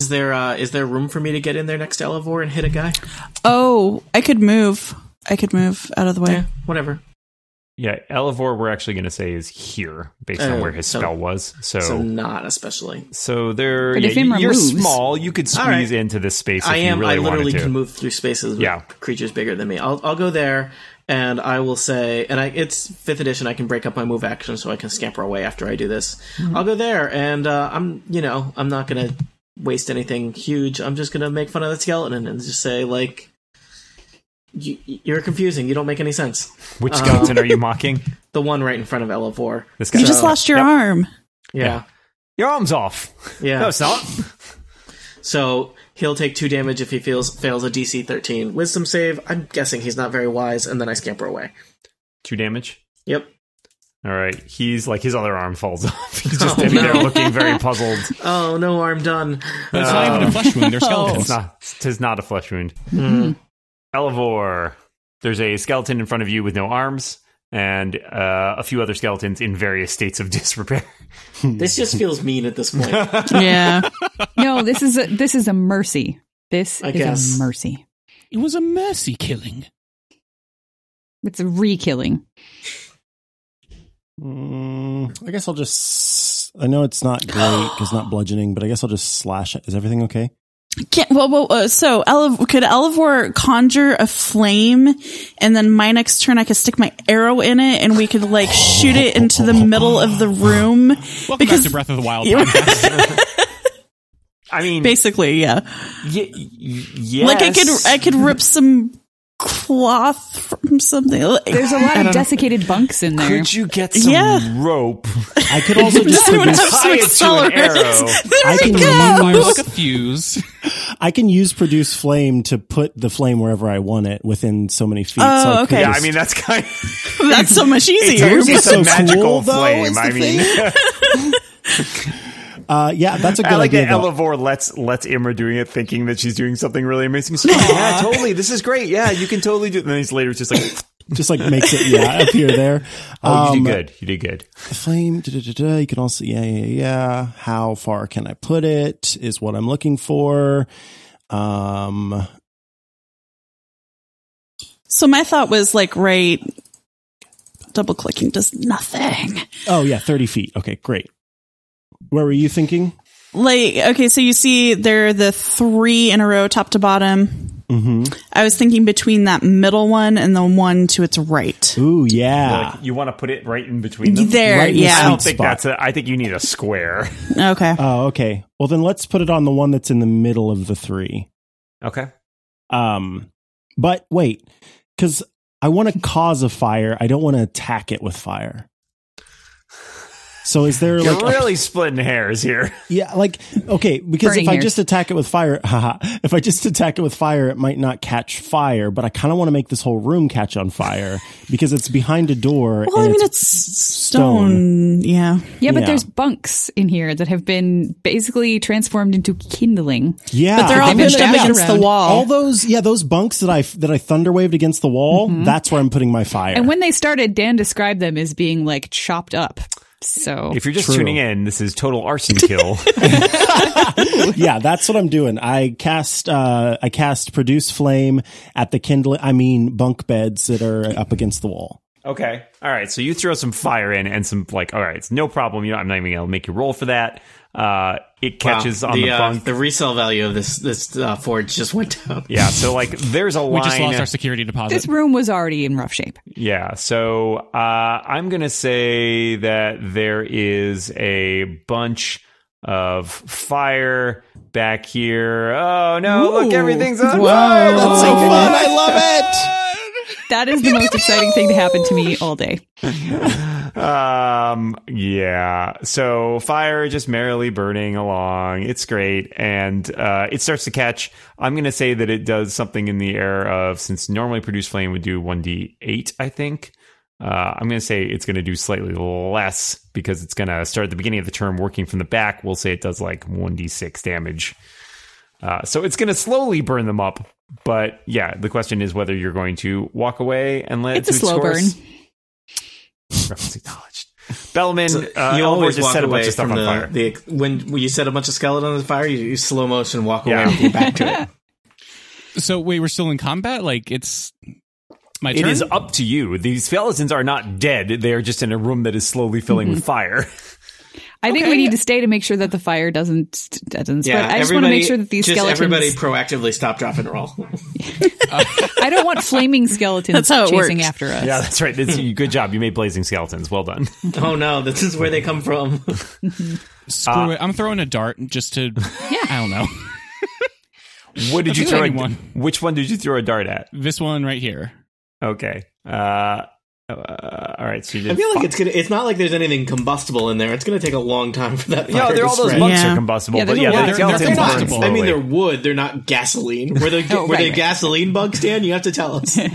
Speaker 7: Is there uh, is there room for me to get in there next to Elevore and hit a guy?
Speaker 4: Oh, I could move. I could move out of the way.
Speaker 7: Yeah, whatever.
Speaker 2: Yeah, Elevor. We're actually going to say is here based on
Speaker 7: Oh,
Speaker 2: where his
Speaker 7: so-
Speaker 2: spell was. So.
Speaker 7: So
Speaker 2: so-
Speaker 7: not especially.
Speaker 2: there,
Speaker 3: But
Speaker 2: yeah,
Speaker 3: if Imra
Speaker 2: you're
Speaker 3: moves-
Speaker 2: small. You could squeeze
Speaker 7: All right.
Speaker 2: into this space. If
Speaker 7: I am.
Speaker 2: You really
Speaker 7: I literally
Speaker 2: wanted to.
Speaker 7: can move through spaces with
Speaker 2: Yeah.
Speaker 7: creatures bigger than me. I'll I'll go there and I will say, and I it's fifth edition. I can break up my move action so I can scamper away after I do this. I'll go there and uh, I'm you know I'm not gonna waste anything huge. I'm just gonna make fun of the skeleton and just say like. You, you're confusing. You don't make any sense.
Speaker 2: Which skeleton are you mocking?
Speaker 7: The one right in front of Elevore.
Speaker 2: This guy.
Speaker 4: You just
Speaker 7: So-
Speaker 4: lost your
Speaker 2: Uh, Yep.
Speaker 4: arm.
Speaker 7: Yeah,
Speaker 2: Your arm's off.
Speaker 7: yeah.
Speaker 2: No, it's not.
Speaker 7: So he'll take two damage if he feels fails a DC 13 wisdom save. I'm guessing he's not very wise, and then I scamper away.
Speaker 2: Two damage.
Speaker 7: Yep.
Speaker 2: All right. He's like his other arm falls off. He's just
Speaker 7: Oh,
Speaker 2: sitting there
Speaker 7: no.
Speaker 2: looking very puzzled.
Speaker 7: Oh no, arm done.
Speaker 6: It's not even a flesh wound. They're
Speaker 2: It's
Speaker 6: skeletons.
Speaker 2: not. Tis not a flesh wound. Elevor. There's a skeleton in front of you with no arms, and uh, a few other skeletons in various states of disrepair.
Speaker 7: This just feels mean at this point.
Speaker 4: yeah.
Speaker 3: No, this is a this is a mercy. This
Speaker 7: I
Speaker 3: is
Speaker 7: guess.
Speaker 3: a mercy.
Speaker 6: It was a mercy killing.
Speaker 3: It's a re-killing.
Speaker 5: Mm, I guess I'll just. I know it's not great because not bludgeoning, but I guess I'll just slash it. Is everything okay?
Speaker 4: Can, well, well, uh, so Elev- could Elivor conjure a flame, and then my next turn I could stick my arrow in it, and we could like shoot it into the middle of the room.
Speaker 6: Welcome
Speaker 4: Because-
Speaker 6: back to Breath of the Wild.
Speaker 4: Yeah.
Speaker 6: podcast.
Speaker 2: I mean,
Speaker 4: Basically, yeah.
Speaker 2: y- y- yes.
Speaker 4: Like I could, I could rip some cloth from something. Like,
Speaker 3: There's a lot of desiccated bunks in there.
Speaker 2: Could you get some
Speaker 4: Yeah.
Speaker 2: rope?
Speaker 5: I could also just.
Speaker 4: Does anyone
Speaker 5: produce-
Speaker 4: have some
Speaker 2: Tie it to an arrow.
Speaker 4: accelerants? There
Speaker 5: I
Speaker 4: we
Speaker 5: can
Speaker 4: go.
Speaker 5: use-
Speaker 6: Like a fuse.
Speaker 5: I can use produce flame to put the flame wherever I want it within so many feet.
Speaker 4: Oh,
Speaker 5: so I
Speaker 4: okay.
Speaker 5: could
Speaker 2: Yeah, I
Speaker 5: just-
Speaker 2: mean that's kind. Of,
Speaker 4: That's so much easier.
Speaker 5: Yours
Speaker 2: it's
Speaker 5: is so
Speaker 2: a magical
Speaker 5: cool, though,
Speaker 2: flame.
Speaker 5: is the
Speaker 2: I mean.
Speaker 5: uh, yeah, that's a good
Speaker 2: I like
Speaker 5: idea.
Speaker 2: that
Speaker 5: though.
Speaker 2: Elevore lets lets Imra doing it, thinking that she's doing something really amazing. She's like, yeah, totally. This is great. Yeah, you can totally do. it. And then he's later just like,
Speaker 5: Just like makes it yeah up here there.
Speaker 2: oh, you
Speaker 5: Um,
Speaker 2: did good. You did good.
Speaker 5: Flame. Da, da, da, da. You can also yeah yeah yeah. How far can I put it? Is what I'm looking for. Um,
Speaker 4: So my thought was like, right, double clicking does nothing.
Speaker 5: Oh yeah, thirty feet. Okay, great. Where were you thinking?
Speaker 4: Like, okay, so you see there are the three in a row, top to bottom.
Speaker 5: Mm-hmm.
Speaker 4: I was thinking between that middle one and the one to its right.
Speaker 5: Ooh yeah.
Speaker 2: Like, you want to put it right in between them.
Speaker 4: There,
Speaker 5: Right in the
Speaker 2: I
Speaker 4: yeah.
Speaker 2: don't think
Speaker 5: Spot.
Speaker 2: that's. A, I think you need a square.
Speaker 4: Okay.
Speaker 5: Oh okay. Well then let's put it on the one that's in the middle of the three.
Speaker 2: Okay.
Speaker 5: Um, but wait, because I want to cause a fire. I don't want to attack it with fire. So is there
Speaker 2: You're
Speaker 5: like a-
Speaker 2: really splitting hairs here.
Speaker 5: yeah like okay because
Speaker 3: Burning
Speaker 5: if I
Speaker 3: hairs.
Speaker 5: just attack it with fire haha, if I just attack it with fire it might not catch fire but I kind of want to make this whole room catch on fire because it's behind a door
Speaker 4: Well,
Speaker 5: and
Speaker 4: I mean,
Speaker 5: it's
Speaker 4: it's stone. Yeah.
Speaker 3: yeah, but
Speaker 5: Yeah.
Speaker 3: there's bunks in here that have been basically transformed into kindling.
Speaker 5: Yeah,
Speaker 4: But they're all
Speaker 5: I've
Speaker 3: been
Speaker 4: pushed up
Speaker 3: dabbed
Speaker 4: against the
Speaker 3: around.
Speaker 4: wall.
Speaker 5: All those, yeah, those bunks that I that I thunder waved against the wall.
Speaker 4: Mm-hmm.
Speaker 5: That's where I'm putting my fire.
Speaker 3: And when they started, Dan described them as being like chopped up. So
Speaker 2: If you're just
Speaker 5: True.
Speaker 2: tuning in, this is total arson kill.
Speaker 5: yeah, that's what I'm doing. I cast, uh, I cast produce flame at the kindle. I mean, bunk beds that are up against the wall.
Speaker 2: Okay. All right. So you throw some fire in and some like. All right. It's no problem. You know, I'm not even gonna make you roll for that. Uh, it catches on the,
Speaker 7: uh,
Speaker 2: bunk.
Speaker 7: the resale value of this this uh, forge just went down.
Speaker 2: yeah. So like, there's a
Speaker 6: We
Speaker 2: line.
Speaker 6: just lost our security deposit.
Speaker 3: this room was already in rough shape.
Speaker 2: Yeah. So uh, I'm going to say that there is a bunch of fire back here. Oh, no. Look, everything's on
Speaker 4: Whoa.
Speaker 2: fire.
Speaker 4: That's so
Speaker 2: Oh,
Speaker 4: fun.
Speaker 2: my
Speaker 5: I love it.
Speaker 3: That is the most exciting thing to happen to me all day.
Speaker 2: um yeah so fire just merrily burning along it's great and uh it starts to catch i'm gonna say that it does something in the air of since normally produced flame would do 1d8 i think uh i'm gonna say it's gonna do slightly less because it's gonna start at the beginning of the term working from the back we'll say it does like 1d6 damage uh, so it's going to slowly burn them up, but yeah, the question is whether you're going to walk away and let
Speaker 3: It's a
Speaker 2: it do
Speaker 3: slow burn.
Speaker 2: course. Reference acknowledged. Bellman,
Speaker 7: So
Speaker 2: uh, Elmore
Speaker 7: you always
Speaker 2: just
Speaker 7: walk
Speaker 2: set a
Speaker 7: away
Speaker 2: bunch of stuff on
Speaker 7: from the,
Speaker 2: fire.
Speaker 7: the when, when you set a bunch of skeletons on fire, you, you slow motion walk
Speaker 2: Yeah.
Speaker 7: away with your back to it.
Speaker 6: So wait, we're still in combat? Like it's my
Speaker 2: it
Speaker 6: turn.
Speaker 2: is up to you. These skeletons are not dead. They are just in a room that is slowly filling with fire.
Speaker 3: I think we need to stay to make sure that the fire doesn't doesn't spread. I just want to
Speaker 7: everybody-
Speaker 3: make sure that these
Speaker 7: just
Speaker 3: skeletons.
Speaker 7: everybody proactively stop, drop, and roll.
Speaker 3: I don't want flaming skeletons
Speaker 4: That's how it
Speaker 3: chasing
Speaker 4: works.
Speaker 3: after us.
Speaker 2: yeah, that's right. That's, good job. You made blazing skeletons. Well done.
Speaker 7: oh no, this is where they come from.
Speaker 6: Screw it. I'm throwing a dart just to. I don't know.
Speaker 2: What did you
Speaker 6: That's
Speaker 2: throw? A,
Speaker 6: only one.
Speaker 2: which one did you throw a dart at?
Speaker 6: This one right here.
Speaker 2: Okay. Uh, uh, all right. So you did
Speaker 7: I feel like it's gonna. It's not like there's anything combustible in there. It's gonna take a long time for that.
Speaker 2: Yeah,
Speaker 7: fire
Speaker 2: they're
Speaker 7: to
Speaker 2: all those
Speaker 7: spread.
Speaker 2: monks
Speaker 4: Yeah.
Speaker 2: are combustible,
Speaker 3: Yeah,
Speaker 2: but
Speaker 3: there's a
Speaker 2: yeah,
Speaker 3: lot
Speaker 2: the
Speaker 6: of-
Speaker 2: skeletons
Speaker 6: they're
Speaker 2: burn
Speaker 6: combustible.
Speaker 2: slowly.
Speaker 7: I mean, they're wood. They're not gasoline. Were they?
Speaker 3: Oh,
Speaker 7: were
Speaker 3: right,
Speaker 7: they
Speaker 3: right.
Speaker 7: gasoline bugs, Dan? You have to tell us.
Speaker 2: All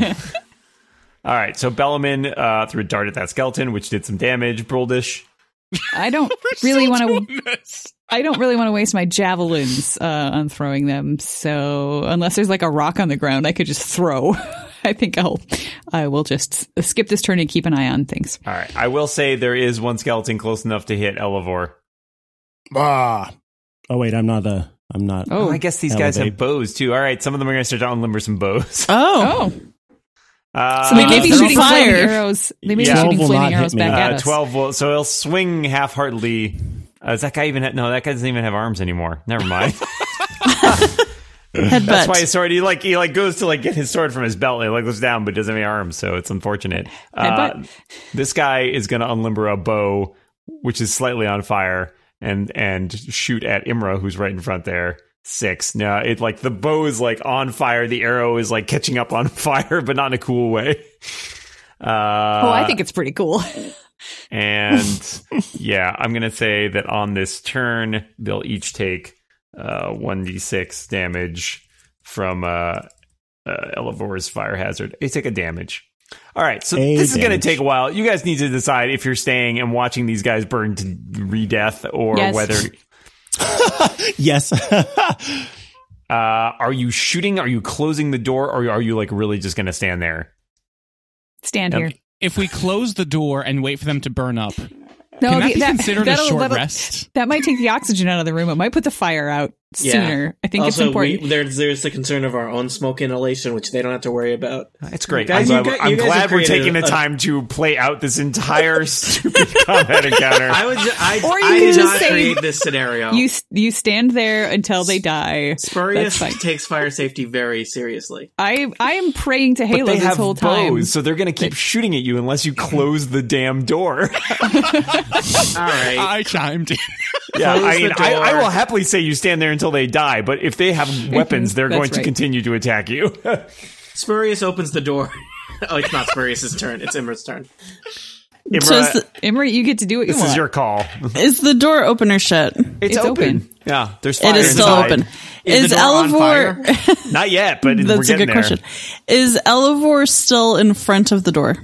Speaker 2: right, so Bellamin uh, threw a dart at that skeleton, which did some damage. Bruldish.
Speaker 3: I don't really want to.
Speaker 6: Goodness.
Speaker 3: I don't really want to waste my javelins uh, on throwing them. So unless there's like a rock on the ground, I could just throw. I think I'll. I will just skip this turn and keep an eye on things.
Speaker 2: All right, I will say there is one skeleton close enough to hit Elevor.
Speaker 5: Ah. Oh wait, I'm not a. I'm not.
Speaker 3: Oh,
Speaker 2: I guess these guys
Speaker 5: Elevate.
Speaker 2: have bows too. All right, some of them are going to start to unlimber some bows.
Speaker 4: Oh,
Speaker 3: oh,
Speaker 2: Uh,
Speaker 3: so they may be
Speaker 4: they're all
Speaker 3: shooting flaming
Speaker 4: fire.
Speaker 3: arrows. They may be
Speaker 2: Yeah.
Speaker 5: Twelve
Speaker 3: shooting
Speaker 5: will not
Speaker 3: flaming
Speaker 5: hit
Speaker 3: arrows
Speaker 5: me.
Speaker 3: back at
Speaker 2: uh,
Speaker 3: us.
Speaker 2: twelve. Will, so he'll swing half heartedly. Uh, does that guy even? Ha- no, that guy doesn't even have arms anymore. Never mind.
Speaker 4: headbutt.
Speaker 2: That's why his sword. He like he like goes to like get his sword from his belt. And it like goes down, but doesn't have any arms, so it's unfortunate. Uh,
Speaker 3: Headbutt.
Speaker 2: this guy is going to unlimber a bow, which is slightly on fire, and and shoot at Imra, who's right in front there. Six. No, it like the bow is like on fire. The arrow is like catching up on fire, but not in a cool way. Uh,
Speaker 3: Oh, I think it's pretty cool.
Speaker 2: and yeah, I'm gonna say that on this turn, they'll each take uh, one d six damage from uh, uh, Elevor's fire hazard. They take a damage. All right, so
Speaker 5: A
Speaker 2: this is gonna
Speaker 5: damage.
Speaker 2: take a while. You guys need to decide if you're staying and watching these guys burn to re-death, or
Speaker 3: Yes.
Speaker 2: whether
Speaker 5: Yes.
Speaker 2: uh, are you shooting, are you closing the door, or are you like really just gonna stand there?
Speaker 3: Stand
Speaker 2: Yep.
Speaker 3: here.
Speaker 6: If we close the door and wait for them to burn up,
Speaker 3: No,
Speaker 6: can that
Speaker 3: the-
Speaker 6: be considered a
Speaker 3: that'll-
Speaker 6: short
Speaker 3: that'll-
Speaker 6: rest?
Speaker 3: That might take the oxygen out of the room. It might put the fire out
Speaker 7: Yeah.
Speaker 3: sooner. I think it's
Speaker 7: also,
Speaker 3: important.
Speaker 7: We, there's there's the concern of our own smoke inhalation, which they don't have to worry about.
Speaker 2: It's great.
Speaker 7: Guys,
Speaker 2: I'm glad,
Speaker 7: you gu- you
Speaker 2: I'm
Speaker 7: guys are
Speaker 2: glad we're
Speaker 7: creative.
Speaker 2: taking the
Speaker 7: Uh,
Speaker 2: time to play out this entire stupid combat encounter.
Speaker 7: I would. Ju- I,
Speaker 3: Or you
Speaker 7: I
Speaker 3: can
Speaker 7: did
Speaker 3: just
Speaker 7: not
Speaker 3: say-
Speaker 7: create this scenario.
Speaker 3: you s- you stand there until they die.
Speaker 7: Spurious
Speaker 3: That's fine.
Speaker 7: takes fire safety very seriously.
Speaker 3: I I am praying to Halo
Speaker 2: but they
Speaker 3: this
Speaker 2: have
Speaker 3: whole time.
Speaker 2: bows, so they're going to keep shooting at you unless you close the damn door.
Speaker 7: All right.
Speaker 6: I chimed in.
Speaker 2: yeah,
Speaker 7: Close
Speaker 2: I
Speaker 7: the
Speaker 2: mean, I,
Speaker 7: door.
Speaker 2: I will happily say you stand there until they die, but if they have weapons, they're
Speaker 3: That's
Speaker 2: going to
Speaker 3: right.
Speaker 2: continue to attack you.
Speaker 7: Spurious opens the door. oh, it's not Spurious's turn. It's Imra's turn.
Speaker 2: Imra,
Speaker 4: so is the,
Speaker 3: Emery, you get to do what you
Speaker 2: this
Speaker 3: want.
Speaker 2: is your call.
Speaker 4: is the door open or shut?
Speaker 3: It's open.
Speaker 2: Yeah, there's fire
Speaker 4: It is still
Speaker 2: inside.
Speaker 4: open.
Speaker 7: Is
Speaker 4: Is
Speaker 7: the door on
Speaker 4: Elevor?
Speaker 2: Not yet, but we're
Speaker 4: That's a
Speaker 2: getting there.
Speaker 4: good question. Is Elevor still in front of the door?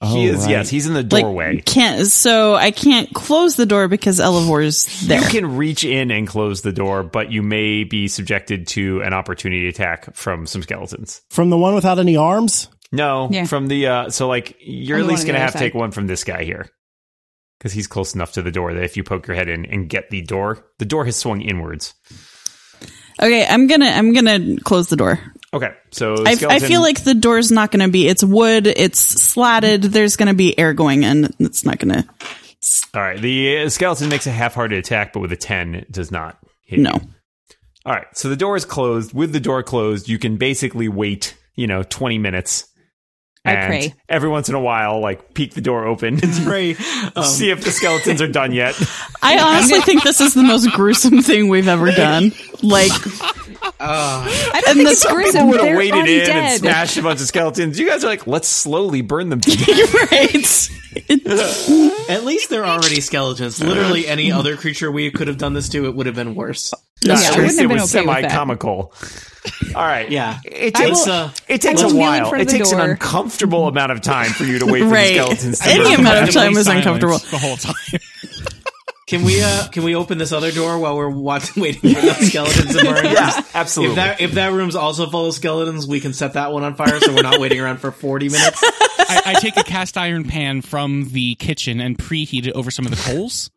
Speaker 2: He is,
Speaker 5: right.
Speaker 2: yes, he's in the doorway.
Speaker 4: Like, can't so I can't close the door because Elevor's there.
Speaker 2: you can reach in and close the door, but you may be subjected to an opportunity attack from some skeletons.
Speaker 5: From the one without any arms.
Speaker 2: No,
Speaker 3: Yeah.
Speaker 2: from the uh so like you're at
Speaker 3: Only one
Speaker 2: least
Speaker 3: on the
Speaker 2: gonna
Speaker 3: other
Speaker 2: have to
Speaker 3: side.
Speaker 2: take one from this guy here. Because he's close enough to the door that if you poke your head in and get the door, the door has swung inwards.
Speaker 4: Okay, I'm gonna I'm gonna close the door.
Speaker 2: Okay, so
Speaker 4: I, I
Speaker 2: skeleton-
Speaker 4: feel like the door's not gonna be. It's wood. It's slatted. There's gonna be air going in. It's not gonna.
Speaker 2: all right. The uh, skeleton makes a half-hearted attack, but with a ten, it does not hit.
Speaker 4: No.
Speaker 2: you. All right, so the door is closed. With the door closed, you can basically wait, you know, twenty minutes.
Speaker 3: I
Speaker 2: and
Speaker 3: pray.
Speaker 2: Every once in a while, like peek the door open,
Speaker 7: Pray. Um,
Speaker 2: see if the skeletons are done yet.
Speaker 4: I honestly think this is the most gruesome thing we've ever done. Like
Speaker 3: I don't
Speaker 4: And
Speaker 3: think
Speaker 4: the
Speaker 3: it's
Speaker 4: squirrel
Speaker 3: gruesome.
Speaker 2: would
Speaker 3: They're
Speaker 2: have waded
Speaker 3: already
Speaker 2: in and
Speaker 3: dead.
Speaker 2: smashed a bunch of skeletons. You guys are like, let's slowly burn them to death.
Speaker 4: right.
Speaker 7: At least they're already skeletons. Literally, any other creature we could have done this to, it would have been worse.
Speaker 3: Yeah, I
Speaker 2: At
Speaker 3: wouldn't
Speaker 2: least it
Speaker 3: have been
Speaker 2: was
Speaker 3: okay with that.
Speaker 2: semi-comical. All right.
Speaker 7: Yeah.
Speaker 2: It
Speaker 3: I
Speaker 2: takes,
Speaker 7: will-
Speaker 2: a, it takes
Speaker 3: I will
Speaker 2: a
Speaker 3: kneel in
Speaker 2: while.
Speaker 3: front
Speaker 2: It
Speaker 3: of the
Speaker 2: takes an
Speaker 3: door.
Speaker 2: uncomfortable amount of time for you to wait for the
Speaker 4: Right.
Speaker 2: skeletons to
Speaker 4: Any
Speaker 2: burn.
Speaker 4: amount of
Speaker 6: Incredibly
Speaker 4: time was
Speaker 6: silent
Speaker 4: uncomfortable.
Speaker 6: the whole time.
Speaker 7: Can we uh can we open this other door while we're watching waiting for those skeletons to burn?
Speaker 2: Yeah, absolutely.
Speaker 7: If that if that room's also full of skeletons, we can set that one on fire so we're not waiting around for forty minutes.
Speaker 6: I, I take a cast iron pan from the kitchen and preheat it over some of the coals.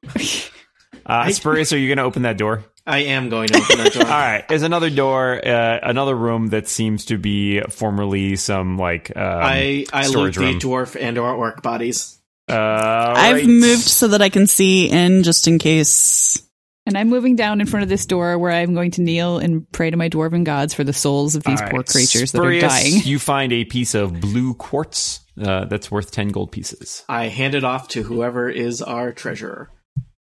Speaker 2: uh, Spurious, are you going to open that door?
Speaker 7: I am going to open that door.
Speaker 2: All right. There's another door, uh, another room that seems to be formerly some like um,
Speaker 7: I I loot
Speaker 2: storage
Speaker 7: the
Speaker 2: room.
Speaker 7: dwarf and or orc bodies.
Speaker 2: Uh, all
Speaker 4: I've
Speaker 2: right.
Speaker 4: moved so that I can see in just in case.
Speaker 3: And I'm moving down in front of this door where I'm going to kneel and pray to my dwarven gods for the souls of these
Speaker 2: All
Speaker 3: poor
Speaker 2: right.
Speaker 3: creatures that are
Speaker 2: Spurious,
Speaker 3: dying.
Speaker 2: You find a piece of blue quartz uh, that's worth ten gold pieces.
Speaker 7: I hand it off to whoever is our treasurer.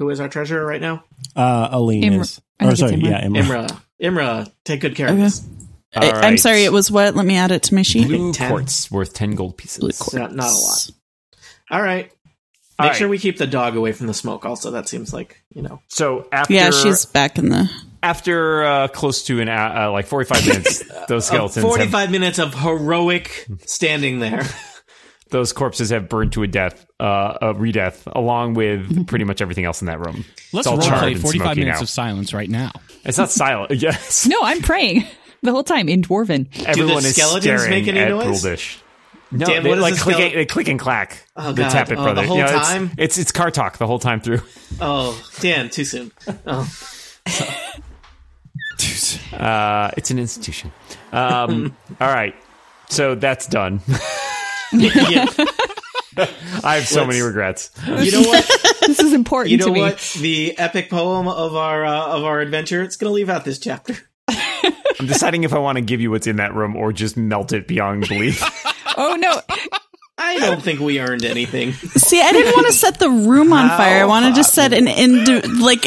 Speaker 7: Who is our treasurer right now?
Speaker 5: Uh, Aline
Speaker 3: Imra-
Speaker 5: is.
Speaker 3: I
Speaker 5: Or
Speaker 3: think
Speaker 5: sorry,
Speaker 3: it's Imra.
Speaker 5: yeah,
Speaker 2: Mm.
Speaker 5: Imra.
Speaker 7: Imra. Imra, take good care of
Speaker 4: Okay.
Speaker 7: us.
Speaker 4: I,
Speaker 2: All
Speaker 4: I'm
Speaker 2: right.
Speaker 4: sorry, it was what? Let me add it to my sheet.
Speaker 2: Blue
Speaker 7: 10.
Speaker 2: quartz worth ten gold pieces.
Speaker 4: Blue quartz.
Speaker 7: Not, not a lot. All right. Make
Speaker 2: All right.
Speaker 7: sure we keep the dog away from the smoke. Also, that seems like you know.
Speaker 2: So after
Speaker 4: Yeah, she's back in the.
Speaker 2: after uh, close to an uh, uh, like forty five minutes, those skeletons,
Speaker 7: uh, Forty-five
Speaker 2: have,
Speaker 7: minutes of heroic standing there.
Speaker 2: those corpses have burned to a death, uh, a redeath, along with pretty much everything else in that room. it's
Speaker 6: Let's
Speaker 2: all
Speaker 6: role
Speaker 2: charred
Speaker 6: play
Speaker 2: and
Speaker 6: 45
Speaker 2: smoky
Speaker 6: minutes
Speaker 2: now.
Speaker 6: of silence right now.
Speaker 2: It's not silent. Yes,
Speaker 3: No, I'm praying the whole time in dwarven.
Speaker 2: everyone is
Speaker 7: skeletons
Speaker 2: staring
Speaker 7: make any
Speaker 2: at
Speaker 7: noise?
Speaker 2: Bruldish. No,
Speaker 7: Dan,
Speaker 2: they
Speaker 7: what is
Speaker 2: like
Speaker 7: the
Speaker 2: click,
Speaker 7: skele-
Speaker 2: they click and clack.
Speaker 7: Oh,
Speaker 2: the
Speaker 7: God.
Speaker 2: Tappet
Speaker 7: Oh, the
Speaker 2: brothers.
Speaker 7: whole
Speaker 2: You know, it's-
Speaker 7: time?
Speaker 2: It's, it's car talk the whole time through.
Speaker 7: Oh, Dan, too soon. Oh,
Speaker 2: Uh, it's an institution. Um, all right, so that's done.
Speaker 7: yeah.
Speaker 2: I have so
Speaker 7: Let's-
Speaker 2: many regrets.
Speaker 7: You know what?
Speaker 3: This is important
Speaker 7: You know
Speaker 3: to me.
Speaker 7: what? The epic poem of our uh, of our adventure. It's going to leave out this chapter.
Speaker 2: I'm deciding if I want to give you what's in that room or just melt it beyond belief.
Speaker 3: Oh no,
Speaker 7: I don't think we earned anything.
Speaker 4: See, I didn't want to set the room on fire. I wanted to set an indi- like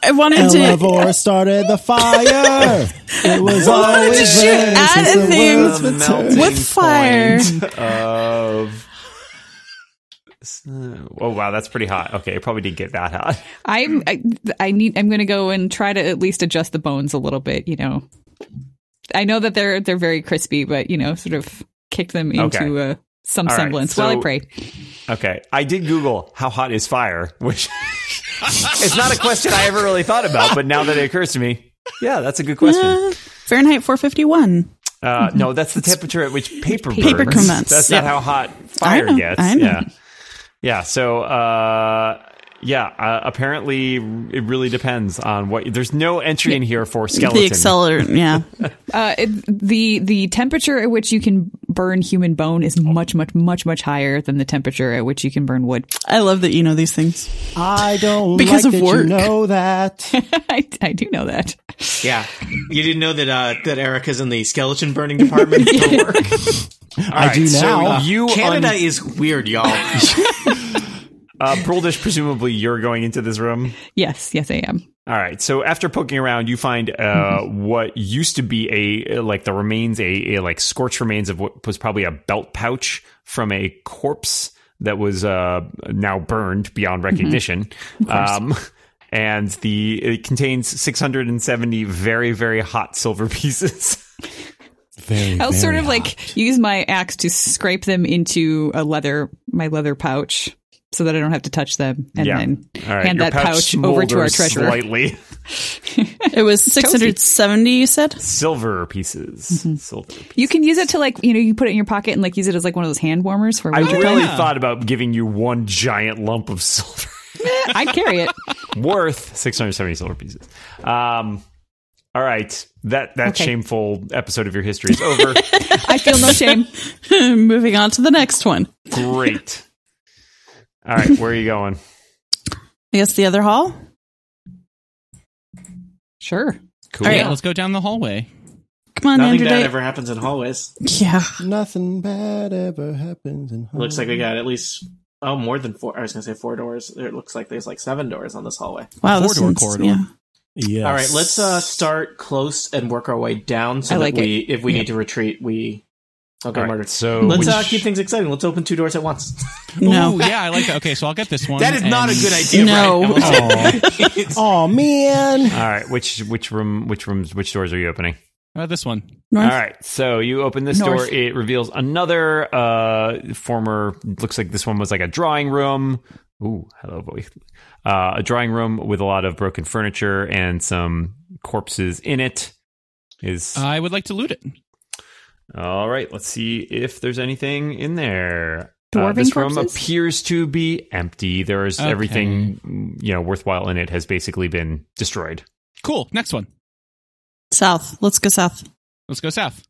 Speaker 4: I wanted to
Speaker 5: Elevor started the fire. It was
Speaker 4: wanted to
Speaker 5: always
Speaker 4: shoot
Speaker 5: there
Speaker 4: at
Speaker 5: since
Speaker 4: a
Speaker 5: the
Speaker 4: thing
Speaker 5: world's been turned.
Speaker 4: with fire.
Speaker 2: of. Oh wow, that's pretty hot. Okay, it probably didn't get that hot.
Speaker 3: I'm I, I need I'm going to go and try to at least adjust the bones a little bit. You know, I know that they're they're very crispy, but you know, sort of kick them into
Speaker 2: Okay.
Speaker 3: uh, some
Speaker 2: All right,
Speaker 3: semblance while
Speaker 2: so-
Speaker 3: I pray.
Speaker 2: Okay, I did Google how hot is fire, which it's not a question I ever really thought about, but now that it occurs to me, yeah, that's a good question.
Speaker 4: Uh, Fahrenheit 451.
Speaker 2: Uh, no, that's the temperature at which paper burns.
Speaker 4: Mm-hmm. Paper ferments,
Speaker 2: That's not
Speaker 4: yeah.
Speaker 2: how hot fire
Speaker 4: I know,
Speaker 2: gets.
Speaker 4: I know.
Speaker 2: Yeah, yeah. So, uh, yeah. Uh, apparently, it really depends on what. There's no entry in here for skeleton.
Speaker 4: The accelerator, yeah.
Speaker 3: Uh, it, the the temperature at which you can burn human bone is much much much much higher than the temperature at which you can burn wood.
Speaker 4: I love that you know these things.
Speaker 5: I don't
Speaker 4: Because
Speaker 5: like
Speaker 4: of
Speaker 5: that
Speaker 4: work.
Speaker 5: you know that.
Speaker 3: I, I do know that.
Speaker 7: Yeah, you didn't know that uh, that Erica's in the skeleton burning department. Don't work.
Speaker 5: I do
Speaker 2: So
Speaker 5: now.
Speaker 2: you
Speaker 7: Canada
Speaker 2: un-
Speaker 7: is weird, y'all.
Speaker 2: uh, Bruldish, presumably you're going into this room.
Speaker 3: Yes, yes, I am.
Speaker 2: All right. So after poking around, you find uh, what used to be a like the remains, a, a like scorched remains of what was probably a belt pouch from a corpse that was uh, now burned beyond
Speaker 3: Mm-hmm.
Speaker 2: recognition. Um, and the it contains 670 very very hot silver pieces.
Speaker 5: Very,
Speaker 3: I'll
Speaker 5: very
Speaker 3: sort of
Speaker 5: hot.
Speaker 3: like use my axe to scrape them into a leather my leather pouch so that I don't have to touch them and
Speaker 2: Yeah.
Speaker 3: then
Speaker 2: All right,
Speaker 3: hand
Speaker 2: your
Speaker 3: that pouch, over to our
Speaker 2: smolders
Speaker 3: treasurer.
Speaker 2: Slightly
Speaker 4: It was 670, you said?
Speaker 2: silver pieces.
Speaker 3: Mm-hmm.
Speaker 2: Silver.
Speaker 3: You can use it to like you know you put it in your pocket and like use it as like one of those hand warmers for
Speaker 2: I
Speaker 3: winter
Speaker 2: really
Speaker 3: time.
Speaker 2: thought about giving you one giant lump of silver.
Speaker 3: I carry it.
Speaker 2: worth 670 silver pieces. Um, all right, that that
Speaker 3: Okay.
Speaker 2: shameful episode of your history is over.
Speaker 3: I feel no shame.
Speaker 4: Moving on to the next one.
Speaker 2: Great. All right, where are you going?
Speaker 4: I guess the other hall?
Speaker 3: Sure.
Speaker 2: Cool.
Speaker 4: All right.
Speaker 6: Yeah, let's go down the hallway.
Speaker 4: Come on,
Speaker 7: Nothing
Speaker 4: Andrew
Speaker 7: bad
Speaker 4: Day.
Speaker 7: ever happens in hallways.
Speaker 4: Yeah.
Speaker 5: Nothing bad ever happens in
Speaker 7: Looks like we got at least oh more than four. I was gonna say four doors. It looks like there's like seven doors on this hallway.
Speaker 4: Wow,
Speaker 6: Four
Speaker 4: this
Speaker 6: door
Speaker 4: is-
Speaker 6: corridor.
Speaker 4: Yeah.
Speaker 5: Yes.
Speaker 7: All right, let's uh, start close and work our way down. So
Speaker 3: I
Speaker 7: that
Speaker 3: like
Speaker 7: we, if we
Speaker 3: Yep.
Speaker 7: need to retreat, we I'll get
Speaker 2: All right,
Speaker 7: murdered.
Speaker 2: so
Speaker 7: let's
Speaker 2: which-
Speaker 7: uh, keep things exciting. Let's open two doors at once.
Speaker 4: No.
Speaker 6: Ooh, yeah, I like that. Okay, so I'll get this one.
Speaker 7: that is not a
Speaker 6: and-
Speaker 7: good idea.
Speaker 4: No.
Speaker 7: Right now.
Speaker 5: Oh man.
Speaker 2: All right, which which room, which rooms, which doors are you opening?
Speaker 6: How about this one?
Speaker 4: North.
Speaker 2: All right, so you open this
Speaker 3: North.
Speaker 2: door. It reveals another uh, former. Looks like this one was like a drawing room. Ooh, hello, boy. Uh, a drawing room with a lot of broken furniture and some corpses in it. Is
Speaker 6: I would like to loot it.
Speaker 2: all right. Let's see if there's anything in there. Uh,
Speaker 3: Dwarven
Speaker 2: this room
Speaker 3: corpses?
Speaker 2: appears to be empty. There is
Speaker 6: Okay.
Speaker 2: everything mm, you know worthwhile in it has basically been destroyed.
Speaker 6: Cool. Next one.
Speaker 4: South. Let's go south.
Speaker 6: Let's go south.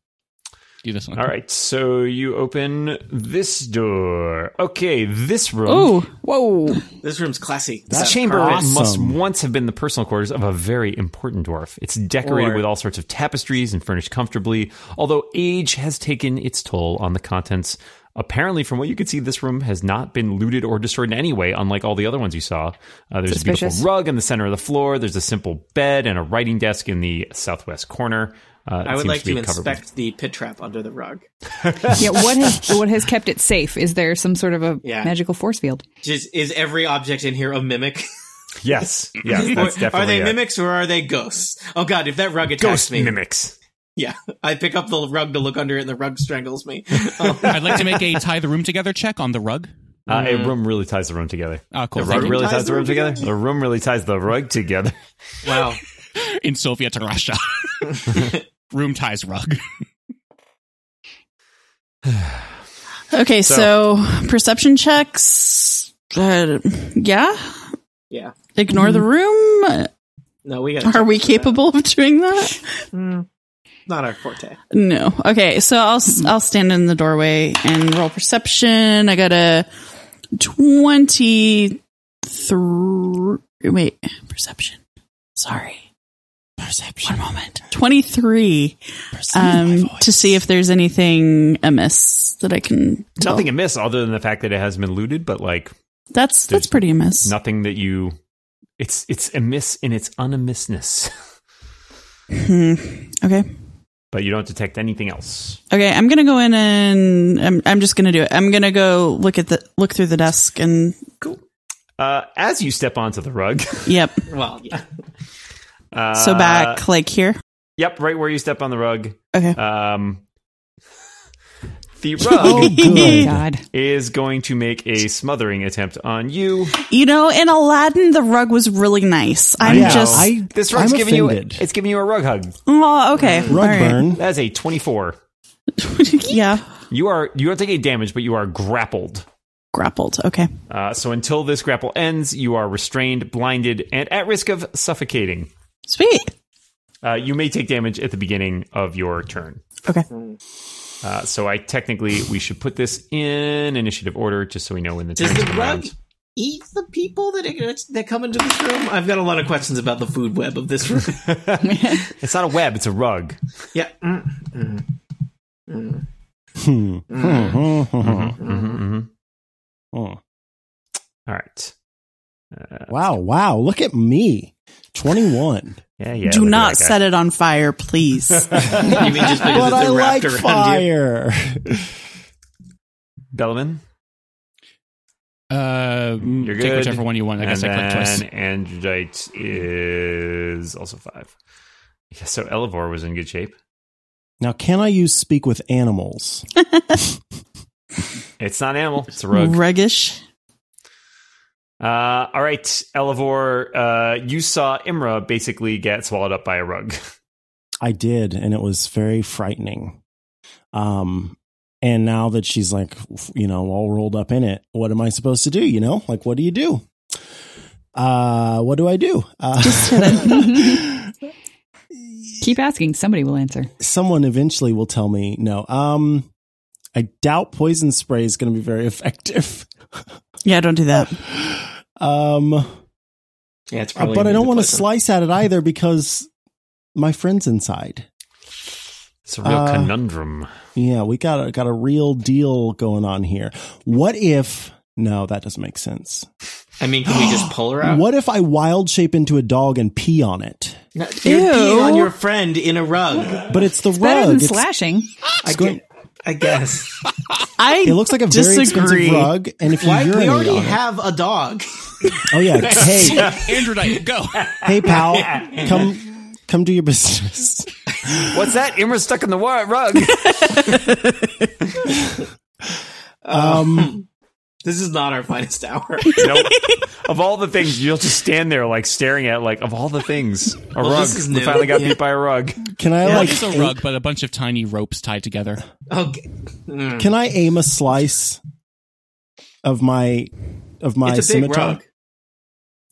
Speaker 6: Do this one.
Speaker 2: All right, so you open this door. Okay, this room.
Speaker 3: Oh, whoa.
Speaker 7: this room's classy.
Speaker 2: This
Speaker 5: That's
Speaker 2: chamber
Speaker 5: awesome.
Speaker 2: must once have been the personal quarters of a very important dwarf. It's decorated
Speaker 7: Or-
Speaker 2: with all sorts of tapestries and furnished comfortably, although age has taken its toll on the contents. Apparently, from what you can see, this room has not been looted or destroyed in any way, unlike all the other ones you saw. Uh, there's a
Speaker 3: Suspicious.
Speaker 2: beautiful rug in the center of the floor. There's a simple bed and a writing desk in the southwest corner. Uh, it
Speaker 7: I would
Speaker 2: seems
Speaker 7: like to,
Speaker 2: be covered with-
Speaker 7: inspect the pit trap under the rug.
Speaker 3: Yeah, what has what has kept it safe? Is there some sort of a
Speaker 7: Yeah.
Speaker 3: magical force field?
Speaker 7: Just, is every object in here a mimic?
Speaker 2: Yes, yes, that's
Speaker 7: Or-
Speaker 2: definitely
Speaker 7: are they
Speaker 2: it.
Speaker 7: mimics or are they ghosts? Oh god, if that rug attacks
Speaker 2: Ghost
Speaker 7: me,
Speaker 2: mimics.
Speaker 7: yeah, I pick up the rug to look under it, and the rug strangles me. Um,
Speaker 6: I'd like to make a tie the room together check on the rug.
Speaker 2: Uh,
Speaker 7: Mm.
Speaker 2: a room really ties the room together.
Speaker 6: Ah, cool.
Speaker 2: The
Speaker 6: Thank
Speaker 2: rug
Speaker 6: you.
Speaker 2: really ties the room together. The room really ties the rug together.
Speaker 7: wow,
Speaker 6: in Soviet Russia. Room ties rug.
Speaker 4: Okay,
Speaker 2: So-
Speaker 4: so, perception checks. Uh, yeah.
Speaker 7: yeah,
Speaker 4: Ignore the room. Uh,
Speaker 7: no, we got.
Speaker 4: Are we capable of doing that?
Speaker 7: Not our forte.
Speaker 4: No. Okay, so I'll s- I'll stand in the doorway and roll perception. I got a twenty three. Wait, perception. Sorry. Perception. One moment. Twenty three. Um, to see if there's anything amiss that I can. tell.
Speaker 2: Nothing amiss other than the fact that it has been looted, but like
Speaker 4: That's
Speaker 2: There's
Speaker 4: that's pretty amiss.
Speaker 2: nothing that you. It's it's amiss in its unamissness,
Speaker 4: Hmm. Okay.
Speaker 2: but you don't detect anything else.
Speaker 4: Okay, I'm gonna go in and I'm I'm just gonna do it. I'm gonna go look at the look through the desk and
Speaker 2: Uh, as you step onto the rug,
Speaker 4: yep.
Speaker 7: Well, yeah,
Speaker 2: uh,
Speaker 4: So back like here.
Speaker 2: Yep, right where you step on the rug.
Speaker 4: Okay.
Speaker 2: Um, the
Speaker 5: Oh,
Speaker 2: rug
Speaker 5: good.
Speaker 3: God.
Speaker 2: is going to make a smothering attempt on you.
Speaker 4: You know, in Aladdin, the rug was really nice. I'm
Speaker 2: know.
Speaker 4: just
Speaker 5: I-
Speaker 2: this rug's
Speaker 5: I'm
Speaker 2: giving you
Speaker 5: offended.
Speaker 2: it's giving you a rug hug.
Speaker 4: oh okay.
Speaker 5: Rug
Speaker 4: All right.
Speaker 5: burn.
Speaker 2: That's a twenty-four.
Speaker 4: yeah,
Speaker 2: You are you don't take any damage, but you are grappled.
Speaker 4: grappled. Okay.
Speaker 2: Uh, so until this grapple ends, you are restrained, blinded, and at risk of suffocating.
Speaker 4: Sweet.
Speaker 2: Uh, you may take damage at the beginning of your turn.
Speaker 4: Okay.
Speaker 2: Uh, so I technically we should put this in initiative order just so we know when the
Speaker 7: does
Speaker 2: turns
Speaker 7: the
Speaker 2: come
Speaker 7: rug
Speaker 2: around.
Speaker 7: eat the people that it, that come into this room? I've got a lot of questions about the food web of this room.
Speaker 2: It's not a web; it's a rug.
Speaker 7: yeah, mm.
Speaker 5: Hmm.
Speaker 4: Mm-hmm.
Speaker 5: Hmm, hmm, hmm,
Speaker 2: Mhm,
Speaker 5: hmm,
Speaker 6: Mm-hmm.
Speaker 2: mhm, mhm.
Speaker 5: hmm.
Speaker 7: Mm-hmm.
Speaker 2: All right.
Speaker 5: Wow, wow. Look at me. 21.
Speaker 2: Yeah, yeah.
Speaker 4: Do not set it on fire, please.
Speaker 7: you mean just because
Speaker 5: but
Speaker 7: it's
Speaker 5: I like
Speaker 7: wrapped around you?
Speaker 5: fire.
Speaker 2: Bellman.
Speaker 6: Uh,
Speaker 2: You're
Speaker 6: Take
Speaker 2: good.
Speaker 6: whichever one you want. I guess
Speaker 2: and
Speaker 6: I clicked twice.
Speaker 2: then Androdyte is also five. Yeah, so Elevor was in good shape.
Speaker 5: Now, can I use speak with animals?
Speaker 2: It's not an animal; it's a rug.
Speaker 4: Ruggish.
Speaker 2: Uh, all right, Elevor, uh, you saw Imra basically get swallowed up by a rug.
Speaker 5: I did, and it was very frightening. Um, and now that she's like, you know, all rolled up in it, what am I supposed to do? You know, like, what do you do? Uh, what do I do? Uh,
Speaker 4: Just hit
Speaker 3: Keep asking. Somebody will answer.
Speaker 5: someone eventually will tell me no. Um, I doubt poison spray is going to be very effective.
Speaker 4: Yeah, don't do that.
Speaker 5: Um,
Speaker 7: Yeah, it's
Speaker 5: Uh,
Speaker 7: probably.
Speaker 5: but I don't want to
Speaker 7: poison.
Speaker 5: slice at it either because my friend's inside.
Speaker 2: It's a real
Speaker 5: Uh,
Speaker 2: conundrum.
Speaker 5: Yeah, we got a, got a real deal going on here. What if? No, that doesn't make sense.
Speaker 7: I mean, can we just pull her out?
Speaker 5: What if I wild shape into a dog and pee on it?
Speaker 7: You're peeing on your friend in a rug.
Speaker 5: But it's the
Speaker 3: Better
Speaker 5: rug.
Speaker 3: than
Speaker 5: It's-
Speaker 3: slashing.
Speaker 7: I,
Speaker 5: going-
Speaker 7: gue- I guess.
Speaker 4: I
Speaker 5: it looks like a very
Speaker 4: disagree.
Speaker 5: expensive rug, and if you
Speaker 7: Why? We
Speaker 5: urinate
Speaker 7: already
Speaker 5: on it-
Speaker 7: have a dog.
Speaker 5: oh yeah, hey,
Speaker 6: Andrew Knight, go.
Speaker 5: hey pal, come, come do your business.
Speaker 2: What's that? Imra's stuck in the wa- rug.
Speaker 5: Um,
Speaker 7: This is not our finest hour.
Speaker 2: nope. Of all the things, you'll just stand there like staring at like of all the things, a rug.
Speaker 7: this is
Speaker 2: we
Speaker 7: new.
Speaker 2: finally got
Speaker 7: Yeah.
Speaker 2: beat by a rug.
Speaker 5: can I
Speaker 6: Not
Speaker 5: like?
Speaker 6: just a rug, but a bunch of tiny ropes tied together.
Speaker 7: Okay. Mm.
Speaker 5: Can I aim a slice of my of my
Speaker 7: It's a big
Speaker 5: scimitar?
Speaker 7: rug.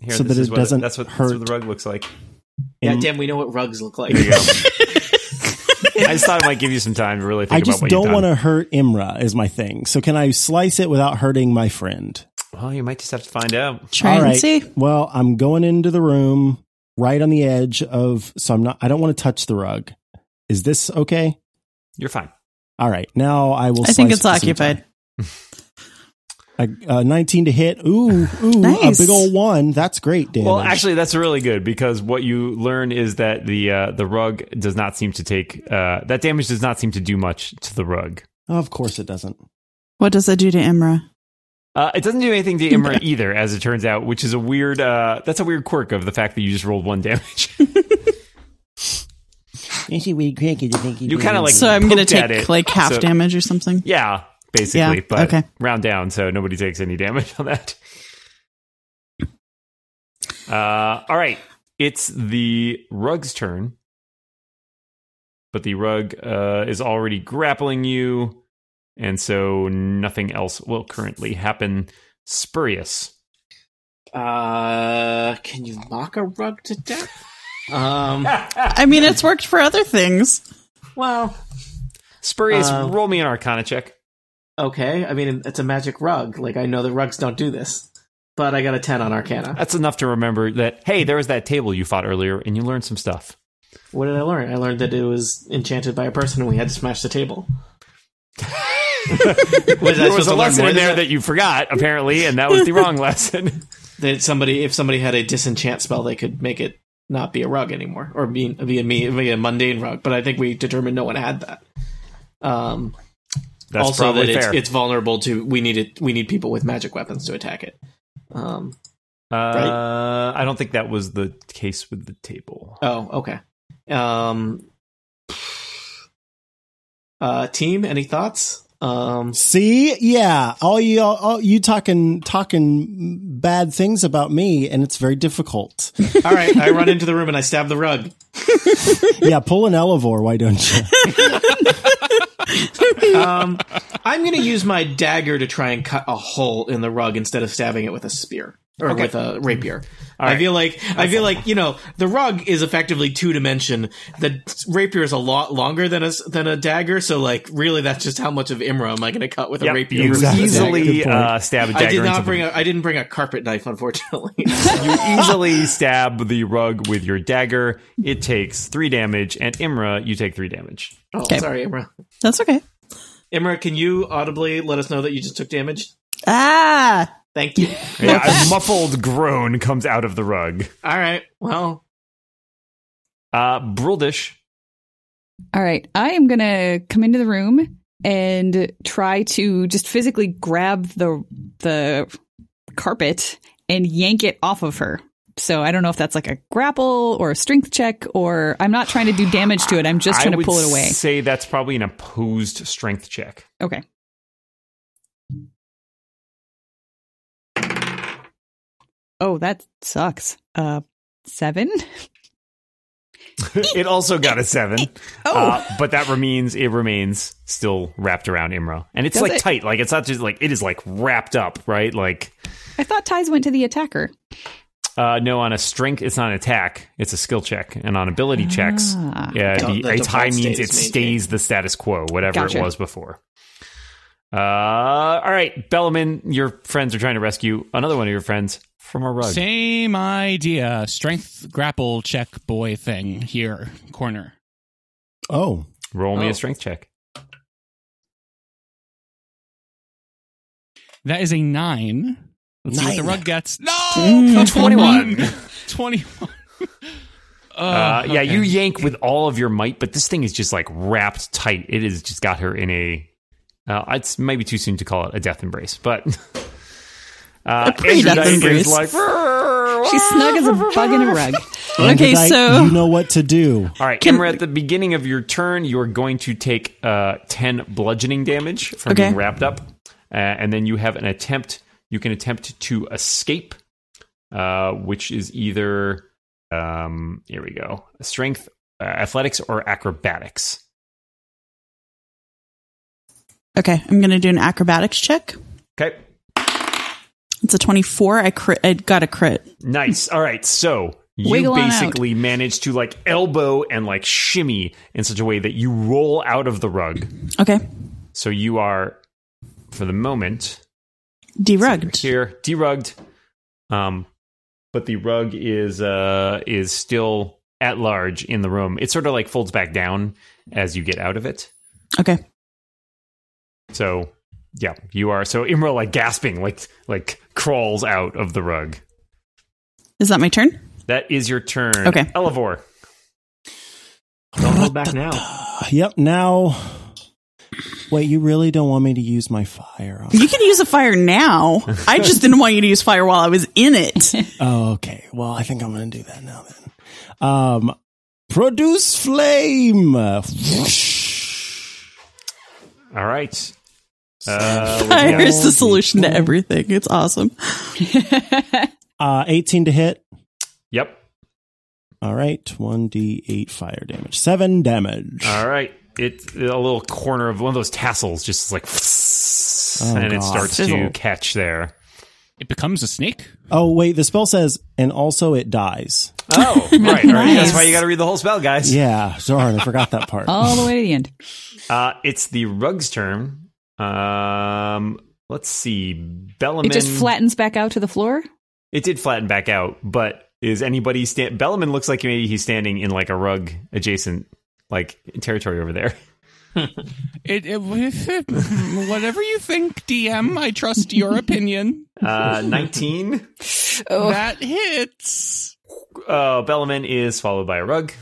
Speaker 2: Here,
Speaker 5: So
Speaker 2: this
Speaker 5: that
Speaker 2: is
Speaker 5: it
Speaker 2: what
Speaker 5: doesn't
Speaker 2: That's what, that's
Speaker 5: hurt.
Speaker 2: what the rug looks like.
Speaker 7: Yeah,
Speaker 5: And
Speaker 7: damn, we know what rugs look like.
Speaker 2: There you go. I just thought it might give you some time to really think
Speaker 5: I
Speaker 2: about
Speaker 5: just
Speaker 2: what
Speaker 5: don't
Speaker 2: you've
Speaker 5: want
Speaker 2: done.
Speaker 5: to hurt Imra is my thing. So can I slice it without hurting my friend?
Speaker 2: Well, you might just have to find out.
Speaker 4: Try
Speaker 5: All
Speaker 4: and
Speaker 5: right.
Speaker 4: see.
Speaker 5: Well, I'm going into the room right on the edge of so I'm not I don't want to touch the rug. Is this okay?
Speaker 2: You're fine.
Speaker 5: All right. Now I will
Speaker 4: I think
Speaker 5: slice
Speaker 4: it's
Speaker 5: the
Speaker 4: occupied.
Speaker 5: scimitar. A, a 19 to hit. Ooh, ooh,
Speaker 4: Nice.
Speaker 5: a big old one. That's great damage.
Speaker 2: Well, actually, that's really good because what you learn is that the uh, the rug does not seem to take uh, that damage does not seem to do much to the rug.
Speaker 5: of course it doesn't.
Speaker 4: What does that do to Imra?
Speaker 2: Uh, it doesn't do anything to Imra either, as it turns out, which is a weird. Uh, that's a weird quirk of the fact that you just rolled one damage. you kind of like
Speaker 4: so I'm gonna
Speaker 2: poked at
Speaker 4: take
Speaker 2: it.
Speaker 4: like half
Speaker 2: So-
Speaker 4: damage or something.
Speaker 2: Yeah, basically,
Speaker 4: Yeah,
Speaker 2: but
Speaker 4: okay.
Speaker 2: round down, so nobody takes any damage on that. Uh, all right, it's the rug's turn, but the rug uh, is already grappling you, and so nothing else will currently happen. Spurious.
Speaker 7: Uh, can you mock a rug to death? Um,
Speaker 4: I mean, it's worked for other things.
Speaker 7: well,
Speaker 2: Spurious,
Speaker 7: Uh,
Speaker 2: roll me an Arcana check.
Speaker 7: okay. I mean, it's a magic rug. Like, I know the rugs don't do this, but I got a 10 on Arcana.
Speaker 2: That's enough to remember that. Hey, there was that table you fought earlier, and you learned some stuff.
Speaker 7: What did I learn? I learned that it was enchanted by a person and we had to smash the table. was I
Speaker 2: there was
Speaker 7: supposed
Speaker 2: a
Speaker 7: to learn
Speaker 2: lesson
Speaker 7: more
Speaker 2: in
Speaker 7: than
Speaker 2: there
Speaker 7: that?
Speaker 2: that you forgot, apparently, and that was the wrong lesson.
Speaker 7: That somebody, if somebody had a disenchant spell, they could make it not be a rug anymore, or be, be a me, be a mundane rug. But I think we determined no one had that. Um,
Speaker 2: That's
Speaker 7: also, that
Speaker 2: probably
Speaker 7: it's,
Speaker 2: fair.
Speaker 7: it's vulnerable to we need it. We need people with magic weapons to attack it. Um,
Speaker 2: uh, I don't think that was the case with the table.
Speaker 7: Oh, okay. Um, uh, team, any thoughts? Um,
Speaker 5: See, yeah, all you all, all you talking talking bad things about me, and it's very difficult.
Speaker 7: all right, I run into the room and I stab the rug.
Speaker 5: yeah, pull an elevore, why don't you?
Speaker 7: Um, I'm going to use my dagger to try and cut a hole in the rug instead of stabbing it with a spear or with a rapier. I
Speaker 2: right.
Speaker 7: feel like I feel like you know the rug is effectively two dimension. The rapier is a lot longer than a s- than a dagger, so like really that's just how much of Imra am I going to cut with a
Speaker 2: Yep,
Speaker 7: rapier?
Speaker 2: you
Speaker 7: versus a dagger.
Speaker 2: easily
Speaker 5: Good point.
Speaker 2: uh, stab a dagger.
Speaker 7: I did
Speaker 2: into
Speaker 7: not
Speaker 2: the-
Speaker 7: bring a I didn't bring a carpet knife, unfortunately.
Speaker 2: you easily stab the rug with your dagger. It takes three damage, and Imra, you take three damage.
Speaker 7: Oh,
Speaker 4: Okay.
Speaker 7: sorry, Imra.
Speaker 4: That's okay.
Speaker 7: Imra, can you audibly let us know that you just took damage?
Speaker 4: Ah,
Speaker 7: Thank you.
Speaker 2: Yeah, a muffled groan comes out of the rug.
Speaker 7: All right. Well,
Speaker 2: Uh, Bruldish.
Speaker 3: All right. I am going to come into the room and try to just physically grab the the carpet and yank it off of her. So I don't know if that's like a grapple or a strength check or I'm not trying to do damage to it. I'm just
Speaker 2: I
Speaker 3: trying to
Speaker 2: would
Speaker 3: pull it away.
Speaker 2: Say that's probably an opposed strength check.
Speaker 3: Okay. Oh, that sucks. Uh 7.
Speaker 2: it also got a seven.
Speaker 3: Oh.
Speaker 2: Uh, but that remains it remains still wrapped around Imra. And it's
Speaker 3: Does
Speaker 2: like
Speaker 3: it?
Speaker 2: tight. Like it's not just like it is like wrapped up, right? Like
Speaker 3: I thought ties went to the attacker.
Speaker 2: uh no on a strength it's not an attack, it's a skill check. And on ability checks,
Speaker 3: Ah.
Speaker 2: yeah,
Speaker 7: The-
Speaker 2: the,
Speaker 7: the
Speaker 2: a
Speaker 7: default
Speaker 2: tie means it
Speaker 7: state is maintained.
Speaker 2: stays the status quo, whatever
Speaker 3: Gotcha.
Speaker 2: it was before. Uh all right, Bellaman, your friends are trying to rescue another one of your friends from a rug.
Speaker 6: Same idea. Strength grapple check boy thing here, corner.
Speaker 5: Oh,
Speaker 2: Roll me
Speaker 7: Oh.
Speaker 2: a strength check.
Speaker 6: That is a nine. Let's see what the
Speaker 2: Mm,
Speaker 5: Nine.
Speaker 6: rug gets. No!
Speaker 4: Mm.
Speaker 6: 21. 21.
Speaker 2: Uh, yeah,
Speaker 6: okay.
Speaker 2: you yank with all of your might, but this thing is just like wrapped tight. It has just got her in a. Uh, it's maybe too soon to call it a death embrace, but uh,
Speaker 4: pretty death
Speaker 2: Androdice
Speaker 4: embrace.
Speaker 2: is like, all
Speaker 3: She's snug as a bug in a rug.
Speaker 4: Okay,
Speaker 5: Aphrodite,
Speaker 4: so-
Speaker 5: you know what to do.
Speaker 2: right,
Speaker 4: Can-
Speaker 2: Imra. At the beginning of your turn, you are going to take uh, ten bludgeoning damage from
Speaker 4: Okay.
Speaker 2: being wrapped up, uh, and then you have an attempt. You can attempt to escape, uh, which is either um, here we go, strength, uh, athletics, or acrobatics.
Speaker 4: Okay, I'm gonna do an acrobatics check.
Speaker 2: Okay.
Speaker 4: It's a 24. I crit. I got a crit.
Speaker 2: Nice. All right. So you
Speaker 4: Wiggle on out.
Speaker 2: basically manage to like elbow and like shimmy in such a way that you roll out of the rug.
Speaker 4: Okay,
Speaker 2: So you are, for the moment,
Speaker 4: derugged.
Speaker 2: here derugged. Um, but the rug is uh is still at large in the room. It sort of like folds back down as you get out of it.
Speaker 4: Okay,
Speaker 2: So yeah, you are. So Imra like gasping, like like crawls out of the rug.
Speaker 4: is that my turn?
Speaker 2: That is your turn.
Speaker 4: Okay.
Speaker 2: Elevor.
Speaker 7: Don't hold back now.
Speaker 5: Yep. Now, wait. You really don't want me to use my fire?
Speaker 4: You can use a fire now. I just didn't want you to use fire while I was in it.
Speaker 5: Oh, okay. Well, I think I'm going to do that now then. Um, produce flame. Uh,
Speaker 2: All right. Uh,
Speaker 4: Fire
Speaker 2: yeah.
Speaker 4: is the solution to everything. It's awesome.
Speaker 5: Uh, 18 to hit.
Speaker 2: Yep.
Speaker 5: All right. 1d8 fire damage. Seven damage.
Speaker 2: All right. It a little corner of one of those tassels just is like, and it
Speaker 5: Oh, God.
Speaker 2: starts to
Speaker 5: Sizzle.
Speaker 2: catch there.
Speaker 6: It becomes a snake.
Speaker 5: Oh, wait. The spell says, and also it dies.
Speaker 2: Oh, right. All right. That's
Speaker 4: Nice.
Speaker 2: why you got to read the whole spell, guys.
Speaker 5: Yeah. Darn. I forgot that part.
Speaker 3: All the way to the end.
Speaker 2: Uh, it's the rug's turn. Um, let's see. Bellamin.
Speaker 3: It just flattens back out to the floor.
Speaker 2: It did flatten back out, but is anybody stand? Bellamin looks like maybe he's standing in like a rug adjacent like territory over there.
Speaker 6: It, it whatever you think, DM. I trust your opinion.
Speaker 2: Uh, nineteen.
Speaker 4: Oh.
Speaker 6: That hits.
Speaker 2: Uh, Bellamin is followed by a rug.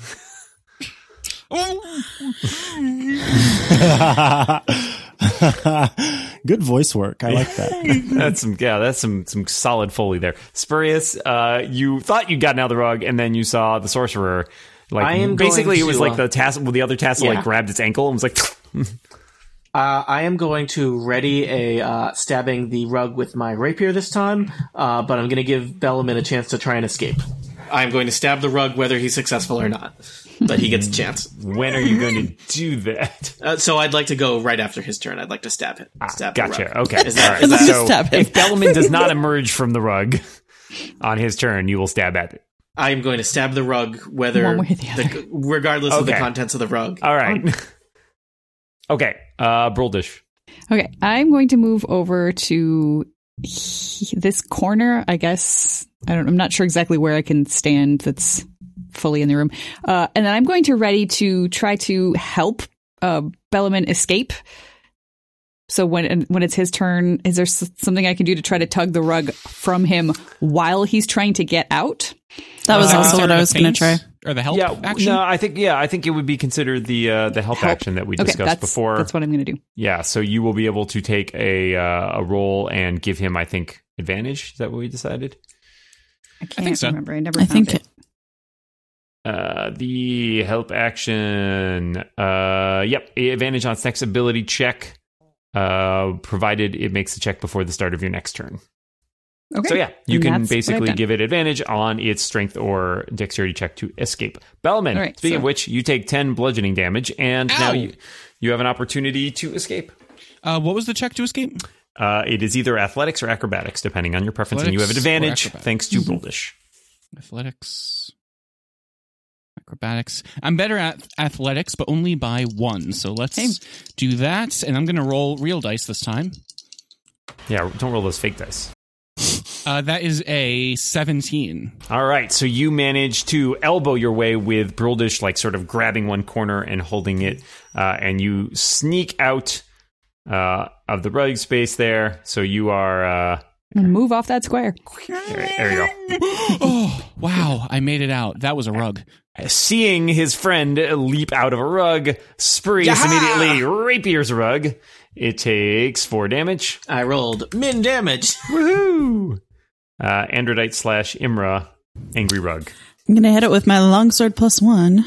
Speaker 6: Oh,
Speaker 5: Good voice work. I like that.
Speaker 2: that's some yeah, that's some some solid foley there. Spurious, uh, you thought you'd gotten out of the rug, and then you saw the sorcerer. Like
Speaker 7: I am
Speaker 2: basically, it
Speaker 7: going
Speaker 2: was
Speaker 7: to,
Speaker 2: like
Speaker 7: uh,
Speaker 2: the tassel. well, The other tassel
Speaker 7: yeah.
Speaker 2: like grabbed its ankle and was like,
Speaker 7: Uh, I am going to ready a uh, stabbing the rug with my rapier this time, uh, but I'm going to give Bellamin a chance to try and escape. I'm going to stab the rug whether he's successful or not, but he gets a chance.
Speaker 2: "When are you going to do that?"
Speaker 7: Uh, so I'd like to go right after his turn. I'd like to stab him. Stab the rug.
Speaker 2: Ah, Gotcha. Okay.
Speaker 7: Is that-
Speaker 2: All right.
Speaker 7: is that-
Speaker 2: so
Speaker 4: Stab him.
Speaker 2: if Bellamin does not emerge from the rug on his turn, you will stab at it.
Speaker 7: I am going to stab the rug whether
Speaker 3: One way or the
Speaker 7: the- regardless of the
Speaker 2: Okay. Uh,
Speaker 7: contents of the rug.
Speaker 2: All right. okay. Uh, Broldish.
Speaker 3: Okay, I'm going to move over to he- this corner. I guess I don't. I'm not sure exactly where I can stand. That's fully in the room, uh, and then I'm going to ready to try to help uh, Bellamin escape. So when and when it's his turn, is there s- something I can do to try to tug the rug from him while he's trying to get out?
Speaker 4: That was
Speaker 6: is that
Speaker 4: also what
Speaker 6: considered
Speaker 4: I
Speaker 6: Uh, a
Speaker 4: was going
Speaker 6: feint?
Speaker 4: to try.
Speaker 6: Or the help
Speaker 2: yeah.
Speaker 6: action.
Speaker 2: No, I think yeah, I think it would be considered the uh, the help, action that we
Speaker 3: Okay,
Speaker 2: discussed
Speaker 3: that's
Speaker 2: before.
Speaker 3: that's what I'm going to do.
Speaker 2: Yeah, so you will be able to take a uh, a roll and give him, I think, advantage. Is that what we decided?
Speaker 3: I can't
Speaker 6: so.
Speaker 3: remember. I never.
Speaker 4: I
Speaker 3: found
Speaker 4: think
Speaker 3: it.
Speaker 2: Uh, the help action. Uh, yep, advantage on its next ability check, uh, provided it makes the check before the start of your next turn.
Speaker 3: Okay.
Speaker 2: So yeah, you can
Speaker 3: And that's what I've
Speaker 2: basically
Speaker 3: done.
Speaker 2: give it advantage on its strength or dexterity check to escape. Bellman.
Speaker 3: All right,
Speaker 2: speaking of
Speaker 3: so-
Speaker 2: which, you take ten bludgeoning damage, and now
Speaker 6: Ow!
Speaker 2: you you have an opportunity to escape.
Speaker 6: Uh, what was the check to escape?
Speaker 2: Uh, it is either athletics or acrobatics, depending on your preference, and you have an
Speaker 6: Athletics or
Speaker 2: advantage
Speaker 6: acrobatics.
Speaker 2: thanks to Broldish.
Speaker 6: Athletics. Acrobatics. I'm better at athletics, but only by one. So let's
Speaker 3: Same.
Speaker 6: do that. And I'm going to roll real dice this time.
Speaker 2: Yeah, don't roll those fake dice.
Speaker 6: Uh, that is a 17.
Speaker 2: All right, so you manage to elbow your way with Broldish, like sort of grabbing one corner and holding it, uh, and you sneak out uh, of the rug space there. So you are uh,
Speaker 3: and move off that square.
Speaker 2: There, there you go.
Speaker 6: oh, wow. I made it out. That was a rug.
Speaker 2: seeing his friend leap out of a rug, Sprees immediately rapiers rug. It takes four damage.
Speaker 7: I rolled min damage.
Speaker 2: Woohoo! Uh, Androdite slash Imra, angry rug.
Speaker 4: I'm gonna hit it with my longsword plus one.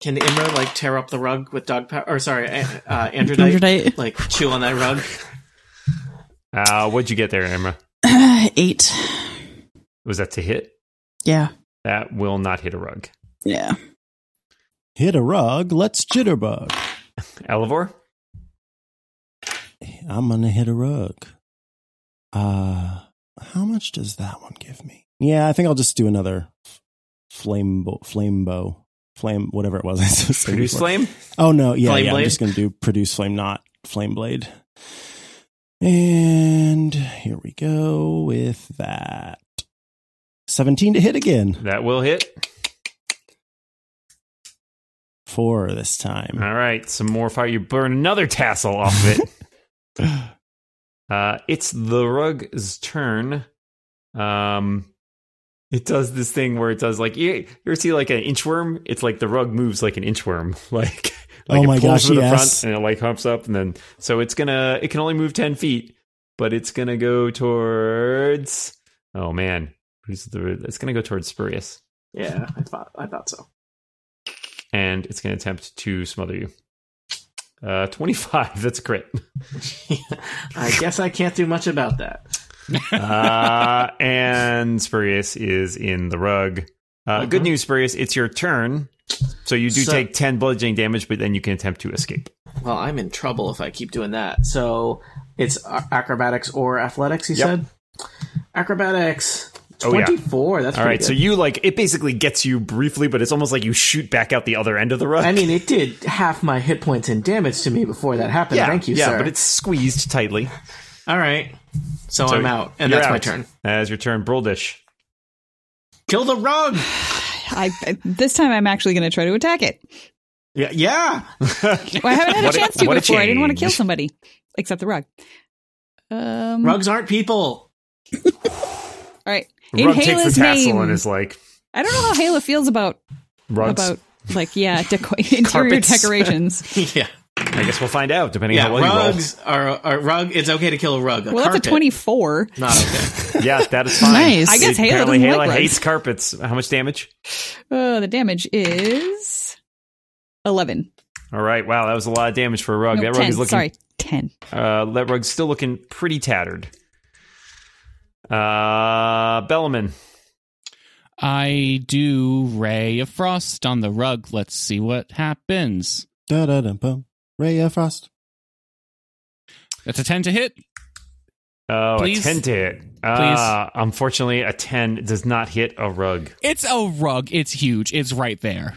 Speaker 7: Can Imra like tear up the rug with dog power? Or sorry, uh, uh, Androdite,
Speaker 4: Androdite.
Speaker 7: like chew on that rug.
Speaker 2: Uh, what'd you get there, Imra?
Speaker 4: Eight.
Speaker 2: Was that to hit?
Speaker 4: Yeah.
Speaker 2: That will not hit a rug.
Speaker 4: Yeah.
Speaker 5: Hit a rug, let's jitterbug.
Speaker 2: Elevor?
Speaker 5: I'm gonna hit a rug. Uh, how much does that one give me? Yeah, I think I'll just do another f- flame bo- flame bow, flame whatever it was. I was saying
Speaker 2: Produce
Speaker 5: before.
Speaker 2: flame?
Speaker 5: Oh no, yeah,
Speaker 7: Flame
Speaker 5: yeah I'm
Speaker 7: blade?
Speaker 5: just gonna do produce flame, not flame blade. And here we go with that. Seventeen to hit again.
Speaker 2: That will hit.
Speaker 5: Four this time.
Speaker 2: All right, some more fire. You burn another tassel off of it. uh, it's the rug's turn. Um, it does this thing where it does like you, you ever see like an inchworm? It's like the rug moves like an inchworm, like like
Speaker 5: Oh
Speaker 2: it
Speaker 5: my
Speaker 2: pulls
Speaker 5: gosh,
Speaker 2: to the
Speaker 5: yes.
Speaker 2: front and it like humps up and then so it's gonna it can only move ten feet, but it's gonna go towards oh man, it's gonna go towards Spurious
Speaker 7: Yeah, I thought I thought so.
Speaker 2: and it's going to attempt to smother you. Uh, 25. That's a crit.
Speaker 7: I guess I can't do much about that.
Speaker 2: Uh, and Spurious is in the rug. Uh, Good news, Spurious. It's your turn. So you do
Speaker 7: So-
Speaker 2: take 10 bludgeoning damage, but then you can attempt to escape.
Speaker 7: Well, I'm in trouble if I keep doing that. So it's a- acrobatics or athletics. You
Speaker 2: Yep.
Speaker 7: said acrobatics.
Speaker 2: Oh, yeah.
Speaker 7: Twenty-four. That's
Speaker 2: All
Speaker 7: pretty
Speaker 2: right.
Speaker 7: Good.
Speaker 2: So you like, it basically gets you briefly, but it's almost like you shoot back out the other end of the rug.
Speaker 7: I mean, it did half my hit points and damage to me before that happened.
Speaker 2: yeah,
Speaker 7: Thank you,
Speaker 2: yeah,
Speaker 7: sir.
Speaker 2: but it's squeezed tightly.
Speaker 7: all right. So,
Speaker 2: So
Speaker 7: Oh, I'm out, and
Speaker 2: you're
Speaker 7: that's my
Speaker 2: out.
Speaker 7: turn.
Speaker 2: That is your turn, Broldish.
Speaker 7: Kill the rug.
Speaker 3: I, I this time I'm actually going to try to attack it.
Speaker 7: Yeah, yeah.
Speaker 3: Well, I haven't had a
Speaker 2: What a-
Speaker 3: chance to
Speaker 2: what a
Speaker 3: before. I didn't want to kill
Speaker 2: change.
Speaker 3: somebody except the rug. Um,
Speaker 7: Rugs aren't people.
Speaker 3: All right. In
Speaker 2: Rug takes the
Speaker 3: Hala's
Speaker 2: tassel
Speaker 3: name.
Speaker 2: and is like,
Speaker 3: I don't know how Hala feels about
Speaker 2: rugs.
Speaker 3: about like yeah deco- interior
Speaker 2: Carpets.
Speaker 3: decorations.
Speaker 7: yeah,
Speaker 2: I guess we'll find out, depending
Speaker 7: yeah.
Speaker 2: on how well you roll.
Speaker 7: Rugs are, are rug. It's okay to kill a rug. A
Speaker 3: well, that's
Speaker 7: carpet,
Speaker 3: a twenty-four.
Speaker 7: Not okay.
Speaker 2: Yeah, that is fine.
Speaker 4: Nice. I
Speaker 3: guess Halo
Speaker 2: Apparently
Speaker 3: doesn't
Speaker 2: Halo
Speaker 3: like rugs.
Speaker 2: hates carpets. How much damage?
Speaker 3: Uh, the damage is eleven.
Speaker 2: All right. Wow, that was a lot of damage for a rug.
Speaker 3: No,
Speaker 2: that Oh, rug
Speaker 3: 10.
Speaker 2: is looking.
Speaker 3: Sorry, ten.
Speaker 2: Uh, that rug's still looking pretty tattered. Uh, Bellman.
Speaker 6: I do Ray of Frost on the rug. Let's see what happens.
Speaker 5: Da da da bum. Ray of Frost.
Speaker 6: That's a 10 to hit.
Speaker 2: Oh,
Speaker 6: Please.
Speaker 2: a ten to hit. Uh, unfortunately, a ten does not hit a rug.
Speaker 6: It's a rug. It's huge. It's right there.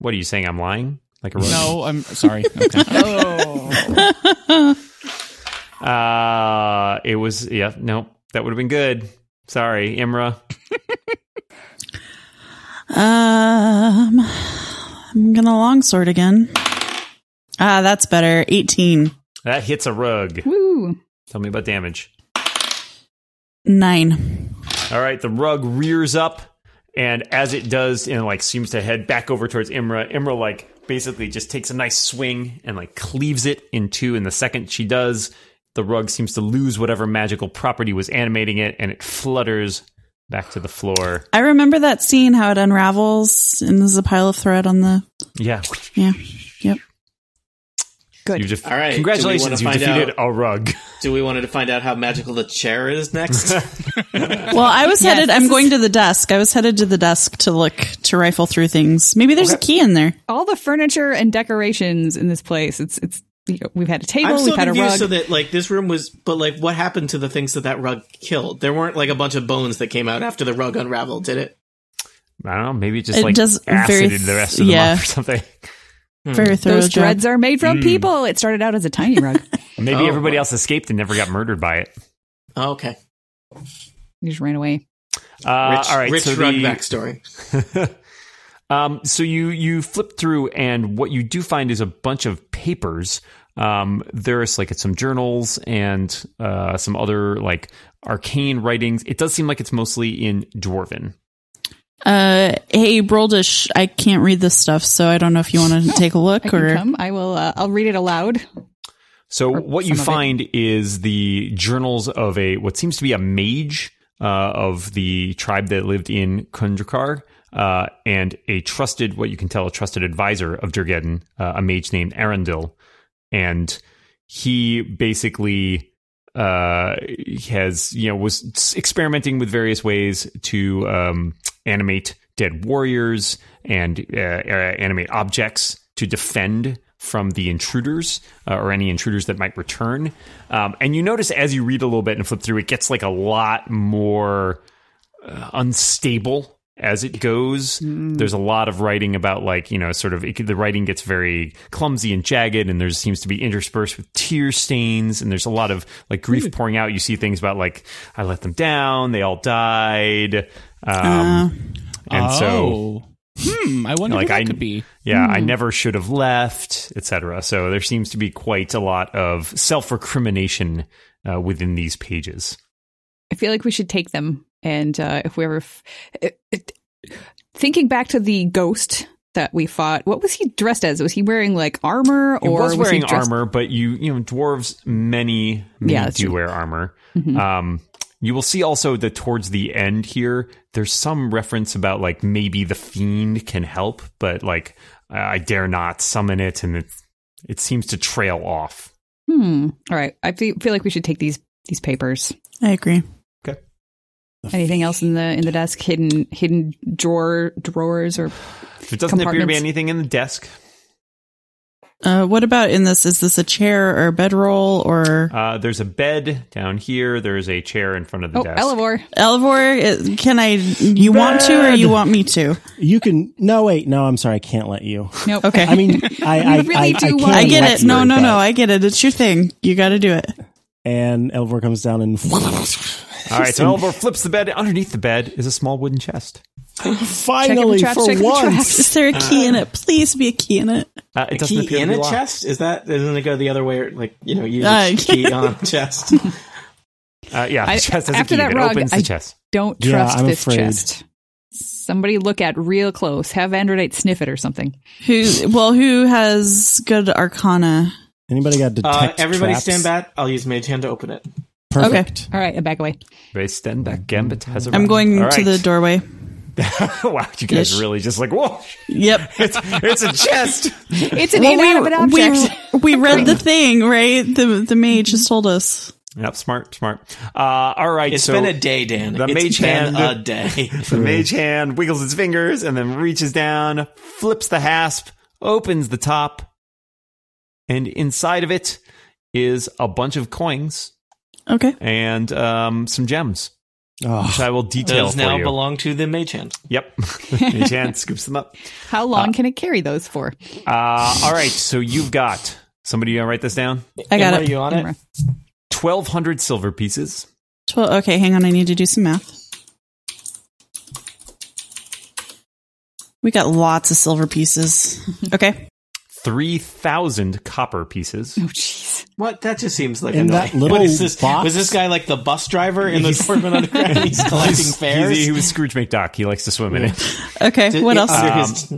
Speaker 2: What are you saying? I'm lying? Like a rug?
Speaker 6: No, I'm sorry. Okay.
Speaker 2: Uh, it was. Yeah. No, that would have been good. Sorry, Imra.
Speaker 4: Um, I'm gonna longsword again. Ah, that's better. Eighteen.
Speaker 2: That hits a rug.
Speaker 3: Woo!
Speaker 2: Tell me about damage.
Speaker 4: Nine.
Speaker 2: All right, the rug rears up, and as it does, and like seems to head back over towards Imra. Imra like basically just takes a nice swing and like cleaves it in two. And the second she does, the rug seems to lose whatever magical property was animating it, and it flutters back to the floor.
Speaker 4: I remember that scene how it unravels and there's a pile of thread on the
Speaker 2: Yeah,
Speaker 4: yeah. Yep.
Speaker 2: you've def-
Speaker 7: All right, do we wanna
Speaker 2: Congratulations, you've
Speaker 7: find
Speaker 2: defeated
Speaker 7: out?
Speaker 2: a rug.
Speaker 7: Do we wanted to find out how magical the chair is next?
Speaker 4: Well, I was
Speaker 3: Yes,
Speaker 4: headed
Speaker 3: this
Speaker 4: I'm
Speaker 3: is-
Speaker 4: going to the desk. I was headed to the desk to look to rifle through things. Maybe there's a key in there.
Speaker 3: All the furniture and decorations in this place. It's it's you know, we've had a table,
Speaker 7: I'm
Speaker 3: we've
Speaker 7: still
Speaker 3: had a
Speaker 7: confused.
Speaker 3: rug.
Speaker 7: So that like this room was, but like what happened to the things that that rug killed? There weren't like a bunch of bones that came out after the rug unraveled, did it?
Speaker 2: I don't know, maybe it just
Speaker 4: It
Speaker 2: like
Speaker 4: does
Speaker 2: acided
Speaker 4: very
Speaker 2: the rest of the
Speaker 4: yeah.
Speaker 2: month or something.
Speaker 4: Very thorough
Speaker 3: Those
Speaker 4: job.
Speaker 3: dreads are made from
Speaker 2: Mm.
Speaker 3: people. It started out as a tiny rug.
Speaker 2: Maybe
Speaker 7: Oh,
Speaker 2: everybody
Speaker 7: boy.
Speaker 2: else escaped and never got murdered by it.
Speaker 7: Oh, okay.
Speaker 3: you just ran away.
Speaker 2: Uh,
Speaker 7: Rich,
Speaker 2: all right,
Speaker 7: rich
Speaker 2: so
Speaker 7: rug
Speaker 2: the-
Speaker 7: backstory.
Speaker 2: Um, so you you flip through, and what you do find is a bunch of papers Um, there's like some journals and uh, some other like arcane writings. It does seem like it's mostly in Dwarven.
Speaker 4: Uh, hey, Broldish, I can't read this stuff, so I don't know if you want to take a
Speaker 3: I
Speaker 4: look
Speaker 3: can
Speaker 4: or
Speaker 3: come. I will. Uh, I'll read it aloud.
Speaker 2: So
Speaker 3: Or
Speaker 2: what you
Speaker 3: some of it.
Speaker 2: find is the journals of a what seems to be a mage uh, of the tribe that lived in Kundrakar. Uh, and a trusted, what you can tell, a trusted advisor of Durgeddon, uh, a mage named Arundel, and he basically uh, has you know was experimenting with various ways to um, animate dead warriors and uh, uh, animate objects to defend from the intruders uh, or any intruders that might return. Um, and you notice as you read a little bit and flip through, it gets like a lot more unstable as it goes. There's a lot of writing about like you know sort of it, the writing gets very clumsy and jagged, and there seems to be interspersed with tear stains, and there's a lot of like grief pouring out. You see things about like I let them down, they all died,
Speaker 4: uh,
Speaker 2: um, and so
Speaker 6: oh. hmm. I wonder
Speaker 2: Like,
Speaker 6: like who that
Speaker 2: I-
Speaker 6: could be.
Speaker 2: yeah, I never should have left, etc. So there seems to be quite a lot of self recrimination uh, within these pages.
Speaker 3: I feel like we should take them. And uh, if we ever, f- it, it- thinking back to the ghost that we fought, what was he dressed as? Was he wearing like armor,
Speaker 2: He
Speaker 3: or
Speaker 2: was
Speaker 3: he
Speaker 2: wearing
Speaker 3: dressed-
Speaker 2: armor, but you you know dwarves many, many
Speaker 3: Yeah, that's
Speaker 2: do
Speaker 3: true.
Speaker 2: wear armor.
Speaker 3: Mhm.
Speaker 2: Um, you will see also that towards the end here, there's some reference about like maybe the fiend can help, but like I I dare not summon it, and it it seems to trail off.
Speaker 3: Hmm. All right. I fe- feel like we should take these these papers.
Speaker 4: I agree.
Speaker 3: Anything else in the in the desk? Hidden hidden drawer drawers or
Speaker 2: There doesn't appear to be
Speaker 3: Compartments.
Speaker 2: anything in the desk.
Speaker 4: Uh, what about in this? Is this a chair or a bedroll or
Speaker 2: Uh, there's a bed down here. There's a chair in front of the
Speaker 3: oh
Speaker 2: desk.
Speaker 3: Elevor.
Speaker 4: Elivor? uh, Can I? You want to or you want me to?
Speaker 5: You can. No, wait. No, I'm sorry. I can't let you.
Speaker 3: Nope.
Speaker 4: Okay.
Speaker 5: I mean, I, I,
Speaker 3: really
Speaker 5: I, I,
Speaker 3: do
Speaker 5: can
Speaker 3: want-
Speaker 4: I
Speaker 5: let
Speaker 4: get it.
Speaker 5: you,
Speaker 4: No, no,
Speaker 5: but-
Speaker 4: no. I get it. It's your thing. You got to do it.
Speaker 5: and Elvor comes down and.
Speaker 2: All right, so Elvor flips the bed. Underneath the bed is a small wooden chest.
Speaker 5: Finally,
Speaker 3: traps,
Speaker 5: for
Speaker 3: check the
Speaker 5: once.
Speaker 3: traps.
Speaker 4: Is there a key in it? Please be a key in it.
Speaker 2: Uh, it doesn't
Speaker 7: key
Speaker 2: appear
Speaker 7: in
Speaker 2: to be
Speaker 7: a
Speaker 2: locked.
Speaker 7: chest? Is that doesn't it go the other way? Or, like you know, use
Speaker 4: Uh,
Speaker 7: a key on a chest.
Speaker 2: Uh, yeah, the
Speaker 3: I-
Speaker 2: chest has a key.
Speaker 3: after that
Speaker 2: It
Speaker 3: rug,
Speaker 2: opens the
Speaker 3: I-
Speaker 2: chest.
Speaker 3: Don't
Speaker 5: Yeah,
Speaker 3: trust
Speaker 5: I'm
Speaker 3: this
Speaker 5: afraid.
Speaker 3: chest. Somebody look at real close. Have Androdite sniff it or something.
Speaker 4: Who? Well, who has good Arcana?
Speaker 5: Anybody got detect
Speaker 7: Uh, everybody
Speaker 5: traps?
Speaker 7: stand back. I'll use mage hand to open it.
Speaker 5: Perfect.
Speaker 3: All right, back away.
Speaker 2: Ray Stenbeck Gambit has arrived.
Speaker 4: Mm-hmm. I'm going
Speaker 2: All
Speaker 4: to
Speaker 2: right.
Speaker 4: the doorway.
Speaker 2: wow, you guys
Speaker 4: Ish.
Speaker 2: are really just like whoa!
Speaker 4: Yep.
Speaker 2: It's it's a chest.
Speaker 3: It's an
Speaker 4: Well,
Speaker 3: inanimate
Speaker 4: we,
Speaker 3: object.
Speaker 4: we we read the thing, right? The the mage just told us.
Speaker 2: yep, smart, smart. Uh, all right,
Speaker 7: It's
Speaker 2: so
Speaker 7: been a day, Dan.
Speaker 2: the
Speaker 7: It's
Speaker 2: mage
Speaker 7: been
Speaker 2: hand-
Speaker 7: a day.
Speaker 2: the mage hand wiggles its fingers and then reaches down, flips the hasp, opens the top, and inside of it is a bunch of coins
Speaker 4: Okay.
Speaker 2: and um, some gems,
Speaker 5: Oh,
Speaker 2: which I will detail
Speaker 7: Those
Speaker 2: for
Speaker 7: now
Speaker 2: you.
Speaker 7: belong to the mage hand.
Speaker 2: yep, mage hand scoops them up.
Speaker 3: How long can it carry those for?
Speaker 2: Uh, all right, so you've got somebody. gonna Write this down.
Speaker 4: I got
Speaker 7: Emma,
Speaker 4: it.
Speaker 7: Are you on it?
Speaker 2: Twelve hundred silver pieces.
Speaker 4: Twelve. Okay, hang on. I need to do some math. We got lots of silver pieces. Okay.
Speaker 2: 3,000 copper pieces.
Speaker 3: Oh, jeez.
Speaker 7: What? That just seems like
Speaker 5: In
Speaker 7: annoying.
Speaker 5: that little
Speaker 7: what is this?
Speaker 5: box?
Speaker 7: Was this guy like the bus driver in the Dortmund Underground? He's collecting
Speaker 2: He's-
Speaker 7: fares.
Speaker 2: He, he was Scrooge McDuck. He likes to swim in it.
Speaker 4: Okay. What else?
Speaker 7: Under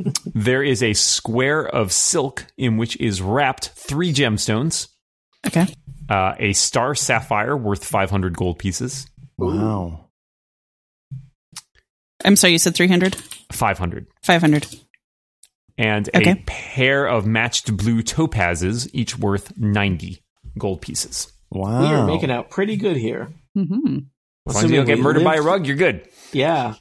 Speaker 7: his-
Speaker 2: There is a square of silk in which is wrapped three gemstones,
Speaker 4: Okay.
Speaker 2: uh, a star sapphire worth 500 gold pieces.
Speaker 5: wow.
Speaker 4: I'm sorry. You said 300?
Speaker 2: 500.
Speaker 4: 500.
Speaker 2: And a
Speaker 4: Okay.
Speaker 2: pair of matched blue topazes, each worth 90 gold pieces.
Speaker 5: Wow.
Speaker 7: we are making out pretty good here.
Speaker 3: hmm
Speaker 2: As long as you don't
Speaker 7: Oh. Assuming
Speaker 2: get
Speaker 7: we
Speaker 2: murdered by a
Speaker 7: lived-
Speaker 2: rug, you're good.
Speaker 7: Yeah.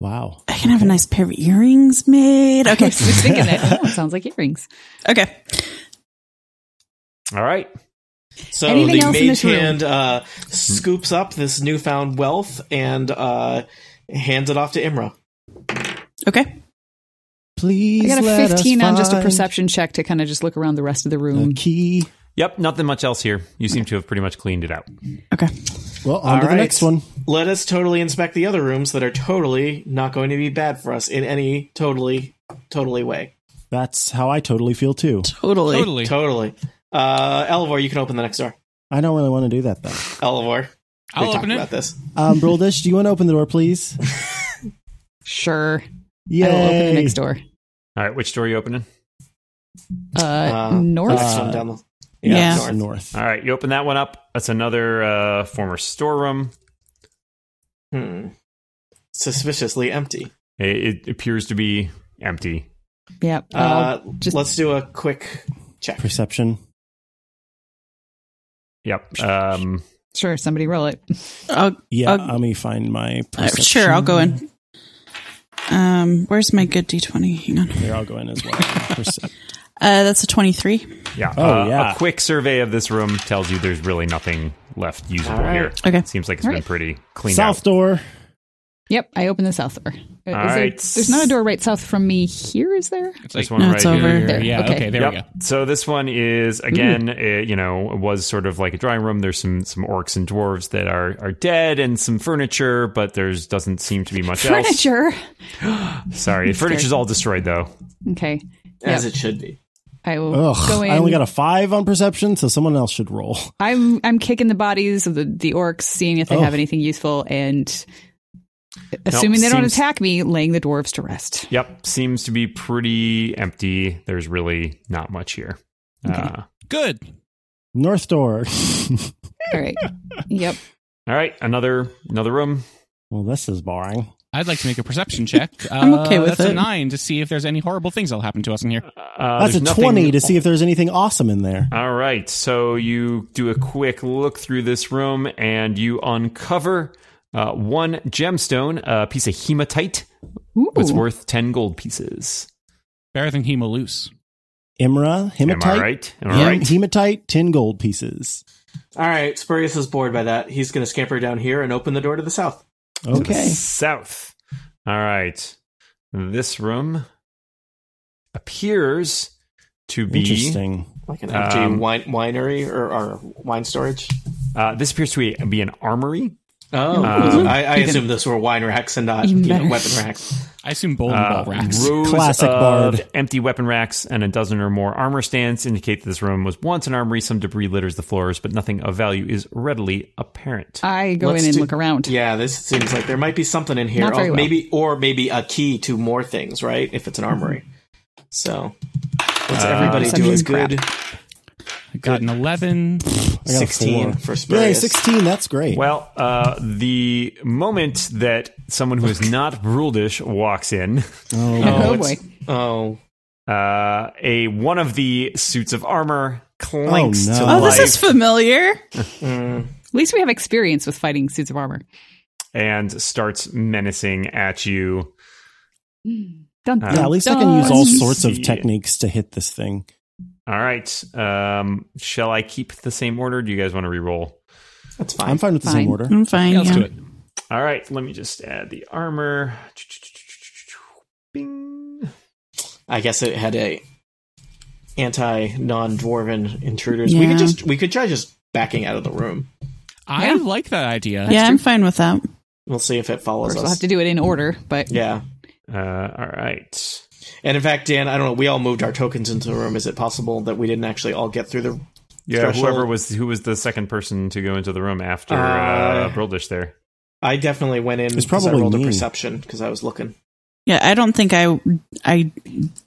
Speaker 5: wow.
Speaker 4: I can have a nice pair of earrings made.
Speaker 3: I
Speaker 4: Okay.
Speaker 3: was just thinking that. Oh, it sounds like earrings.
Speaker 4: okay.
Speaker 2: All right.
Speaker 7: So
Speaker 3: Anything
Speaker 7: the
Speaker 3: else in
Speaker 7: mage
Speaker 3: this room?
Speaker 7: hand uh, scoops up this newfound wealth and uh, hands it off to Imra.
Speaker 4: Okay.
Speaker 5: Please.
Speaker 3: I got a
Speaker 5: let us
Speaker 3: 15 on just a
Speaker 5: find
Speaker 3: perception check to kind of just look around the rest of the
Speaker 5: the
Speaker 3: room.
Speaker 5: key.
Speaker 2: Yep, nothing much else here. You seem to have pretty much cleaned it out.
Speaker 4: Okay.
Speaker 5: Well, on
Speaker 7: All
Speaker 5: to
Speaker 7: right.
Speaker 5: the next one.
Speaker 7: Let us totally inspect the other rooms that are totally not going to be bad for us in any totally, totally way.
Speaker 5: That's how I totally feel too.
Speaker 4: Totally.
Speaker 6: Totally.
Speaker 7: Totally. Uh, Elvor, you can open the next door.
Speaker 5: I don't really want to do that though.
Speaker 7: Elvor, we
Speaker 6: I'll
Speaker 7: talked
Speaker 6: open
Speaker 7: about
Speaker 6: it.
Speaker 7: this.
Speaker 5: Um, Broldish, do you want to open the door, please?
Speaker 3: Sure.
Speaker 5: Yeah.
Speaker 3: I will open the next door.
Speaker 2: All right, which door are you opening?
Speaker 3: Uh,
Speaker 7: Uh,
Speaker 3: north.
Speaker 7: Next
Speaker 5: Uh,
Speaker 7: one down the.
Speaker 4: yeah.
Speaker 5: North. north.
Speaker 2: All right, you open that one up. That's another uh, former storeroom.
Speaker 7: Hmm. Suspiciously empty.
Speaker 2: It, it appears to be empty.
Speaker 3: yeah.
Speaker 7: Uh,
Speaker 3: just-
Speaker 7: let's do a quick check.
Speaker 5: Perception.
Speaker 2: Yep. Um,
Speaker 3: sure. Somebody roll it.
Speaker 4: I'll,
Speaker 5: Yeah,
Speaker 4: Uh,
Speaker 5: let me find my
Speaker 4: uh,
Speaker 5: perception.
Speaker 4: sure, I'll go in. Um, where's my good d20? Hang on.
Speaker 5: Here, I'll go in as well. Perce-
Speaker 4: Uh, that's a 23.
Speaker 2: yeah.
Speaker 5: Oh,
Speaker 2: uh,
Speaker 5: yeah.
Speaker 2: A quick survey of this room tells you there's really nothing left usable
Speaker 7: All right.
Speaker 2: here.
Speaker 4: Okay.
Speaker 2: Seems like it's
Speaker 3: All
Speaker 2: been
Speaker 3: right.
Speaker 2: pretty cleaned
Speaker 5: South
Speaker 2: out.
Speaker 5: door.
Speaker 3: Yep. I open the south door. Uh, Is
Speaker 2: All
Speaker 3: there-
Speaker 2: right.
Speaker 3: there's not a door right south from me. Here is there?
Speaker 2: This
Speaker 6: It's like,
Speaker 2: one
Speaker 4: No,
Speaker 2: right
Speaker 4: it's
Speaker 2: here.
Speaker 4: over.
Speaker 6: here,
Speaker 3: There.
Speaker 6: Yeah.
Speaker 3: Okay.
Speaker 6: Okay. there we
Speaker 2: Yep.
Speaker 6: go.
Speaker 2: So this one is again, uh, you know, was sort of like a drawing room. There's some some orcs and dwarves that are are dead, and some furniture, but there's doesn't seem to be much
Speaker 3: Furniture.
Speaker 2: else. Sorry, furniture's all destroyed though.
Speaker 3: Okay.
Speaker 7: As
Speaker 3: Yep.
Speaker 7: it should be.
Speaker 3: I will
Speaker 5: Ugh,
Speaker 3: go in.
Speaker 5: I only got a five on perception, so someone else should roll.
Speaker 3: I'm I'm kicking the bodies of the, the orcs, seeing if they
Speaker 5: Oh.
Speaker 3: have anything useful, and assuming they don't
Speaker 2: seems-
Speaker 3: attack me, laying the dwarves to rest.
Speaker 2: Yep, seems to be pretty empty. There's really not much here. Uh,
Speaker 6: Good.
Speaker 5: North door.
Speaker 3: All right. Yep.
Speaker 2: all right, another another room.
Speaker 5: well, this is boring.
Speaker 6: I'd like to make a perception check. Uh,
Speaker 4: I'm okay with
Speaker 6: that's
Speaker 4: it.
Speaker 6: a nine to see if there's any horrible things that'll happen to us in here.
Speaker 2: Uh,
Speaker 5: That's
Speaker 2: there's
Speaker 5: a
Speaker 2: nothing-
Speaker 5: 20 to see if there's anything awesome in there.
Speaker 2: All right, so you do a quick look through this room and you uncover uh, one gemstone, a piece of hematite
Speaker 3: Ooh.
Speaker 2: that's worth 10 gold pieces.
Speaker 6: Better than Hemaloose.
Speaker 5: Imra, hematite.
Speaker 2: Am I right? Am I
Speaker 5: Hem-
Speaker 2: right?
Speaker 5: Hematite, 10 gold pieces.
Speaker 7: All right, Spurious is bored by that. He's going to scamper down here and open the door to the south.
Speaker 5: Okay.
Speaker 2: South. All right. This room appears to be
Speaker 5: Interesting.
Speaker 7: Like an empty
Speaker 2: Um,
Speaker 7: wine, winery or, or wine storage.
Speaker 2: Uh, this appears to be, be an armory.
Speaker 7: Oh,
Speaker 2: Um,
Speaker 7: I, I
Speaker 3: even-
Speaker 7: assume those were wine racks and not you
Speaker 3: Even
Speaker 7: know,
Speaker 3: better.
Speaker 7: weapon racks.
Speaker 6: I assume bowl and
Speaker 2: Uh,
Speaker 6: ball racks.
Speaker 2: rows
Speaker 5: Classic
Speaker 2: of
Speaker 5: bard.
Speaker 2: empty weapon racks and a dozen or more armor stands indicate that this room was once an armory. Some debris litters the floors, but nothing of value is readily apparent.
Speaker 3: I go
Speaker 7: Let's
Speaker 3: in and
Speaker 7: do-
Speaker 3: look around.
Speaker 7: Yeah, this seems like there might be something in here. Oh,
Speaker 3: Not very well. Mm-hmm.
Speaker 7: Maybe or maybe a key to more things, right? If it's an armory. So
Speaker 5: Uh,
Speaker 7: let's everybody
Speaker 3: Some
Speaker 7: do a
Speaker 3: mean crap.
Speaker 7: good
Speaker 6: I got an 11.
Speaker 5: I got a
Speaker 7: 16
Speaker 5: four.
Speaker 7: for
Speaker 5: Yay,
Speaker 7: Spurious.
Speaker 5: 16. That's great.
Speaker 2: Well, uh, the moment that someone who is not Bruldish walks in,
Speaker 3: Oh,
Speaker 7: it's-
Speaker 3: boy.
Speaker 7: Oh,
Speaker 2: uh, a one of the suits of armor clanks
Speaker 5: Oh, no.
Speaker 2: to
Speaker 5: Oh,
Speaker 4: Oh,
Speaker 2: life,
Speaker 4: this is familiar.
Speaker 7: mm.
Speaker 3: At least we have experience with fighting suits of armor.
Speaker 2: and starts menacing at you.
Speaker 3: Dun,
Speaker 2: Yeah,
Speaker 5: yeah, at
Speaker 3: dun,
Speaker 5: least I can use
Speaker 3: dun.
Speaker 5: all sorts of
Speaker 2: See.
Speaker 5: techniques to hit this thing.
Speaker 2: All right, um, shall I keep the same order? Do you guys want to re-roll?
Speaker 7: that's fine.
Speaker 5: I'm fine with the same
Speaker 3: Fine.
Speaker 5: order.
Speaker 4: I'm fine.
Speaker 6: Yeah, let's
Speaker 4: yeah.
Speaker 6: do it.
Speaker 2: All right, let me just add the armor. Bing.
Speaker 7: I guess it had a anti non dwarven intruders. We
Speaker 4: Yeah.
Speaker 7: could just we could try just backing out of the room.
Speaker 6: I
Speaker 3: Yeah.
Speaker 6: like that idea.
Speaker 4: Yeah, I'm fine with that.
Speaker 7: We'll see if it
Speaker 3: Of
Speaker 7: follows
Speaker 3: course, we'll
Speaker 7: us.
Speaker 3: have to do it in order, but
Speaker 7: yeah.
Speaker 2: Uh, all right.
Speaker 7: And in fact, Dan, I don't know, we all moved our tokens into the room. Is it possible that we didn't actually all get through the
Speaker 2: Yeah,
Speaker 7: Threshold.
Speaker 2: whoever was who was the second person to go into the room after uh,
Speaker 7: Uh,
Speaker 2: Broldish there.
Speaker 7: I definitely went in
Speaker 5: It's
Speaker 7: because I
Speaker 5: probably
Speaker 7: rolled
Speaker 5: me.
Speaker 7: a perception because I was looking.
Speaker 4: Yeah, I don't think I I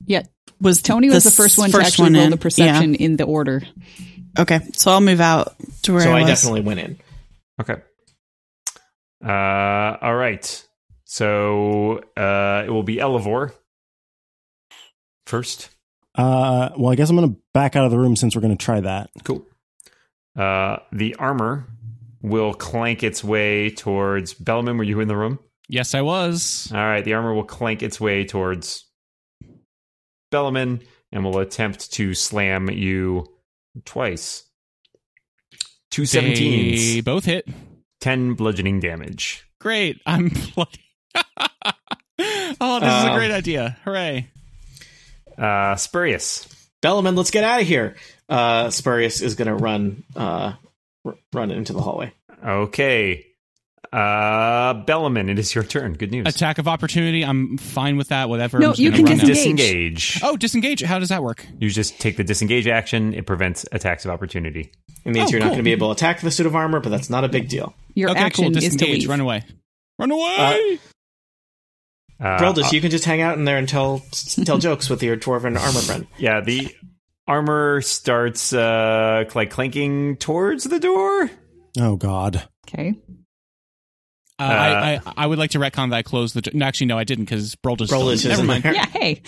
Speaker 3: yeah,
Speaker 4: was
Speaker 3: Tony was the first one to actually roll
Speaker 4: in.
Speaker 3: the perception in the order.
Speaker 4: Yeah. Okay, so I'll move out to where
Speaker 7: so
Speaker 4: I,
Speaker 7: I
Speaker 4: was.
Speaker 7: definitely went in.
Speaker 2: Okay. Uh, all right. So uh, it will be Elevor first.
Speaker 5: Uh, well, I guess I'm going to back out of the room since we're going to try that.
Speaker 2: Cool. Uh, the armor will clank its way towards Bellman. Were you in the room?
Speaker 6: Yes, I was.
Speaker 2: All right, the armor will clank its way towards Bellman and will attempt to slam you twice. Two
Speaker 6: They
Speaker 2: 17s,
Speaker 6: both hit.
Speaker 2: 10 bludgeoning damage.
Speaker 6: Great. I'm bloody. oh, this is a
Speaker 7: Um,
Speaker 6: great idea. Hooray.
Speaker 2: Uh, Spurious.
Speaker 7: Bellaman, let's get out of here. Uh, Spurious is going to run uh, r- run into the hallway.
Speaker 2: Okay. Uh, Bellaman, it is your turn. Good news.
Speaker 6: Attack of opportunity. I'm fine with that. Whatever.
Speaker 3: No,
Speaker 6: I'm just
Speaker 3: you
Speaker 6: gonna
Speaker 3: can
Speaker 6: run out.
Speaker 3: disengage.
Speaker 2: disengage.
Speaker 6: Oh, disengage. How does that work?
Speaker 2: You just take the disengage action. It prevents attacks of opportunity.
Speaker 7: It means
Speaker 6: Oh,
Speaker 7: you're not
Speaker 6: cool.
Speaker 7: going to be able to attack the suit of armor, but that's not a big deal.
Speaker 3: Your
Speaker 6: okay,
Speaker 3: action
Speaker 6: cool.
Speaker 3: is to
Speaker 6: Disengage.
Speaker 3: leave.
Speaker 6: Run away. Run away.
Speaker 2: Uh,
Speaker 7: Broldus,
Speaker 2: uh,
Speaker 7: you can just hang out in there and tell s- tell jokes with your dwarven armor friend.
Speaker 2: yeah, the armor starts uh, like clanking towards the door.
Speaker 5: Oh God.
Speaker 3: Okay.
Speaker 6: Uh, I, I I would like to retcon that I closed the. No, actually, no, I didn't because Broldus.
Speaker 7: Broldus is
Speaker 6: Never
Speaker 7: in
Speaker 6: mind.
Speaker 7: there.
Speaker 3: Yeah. Hey.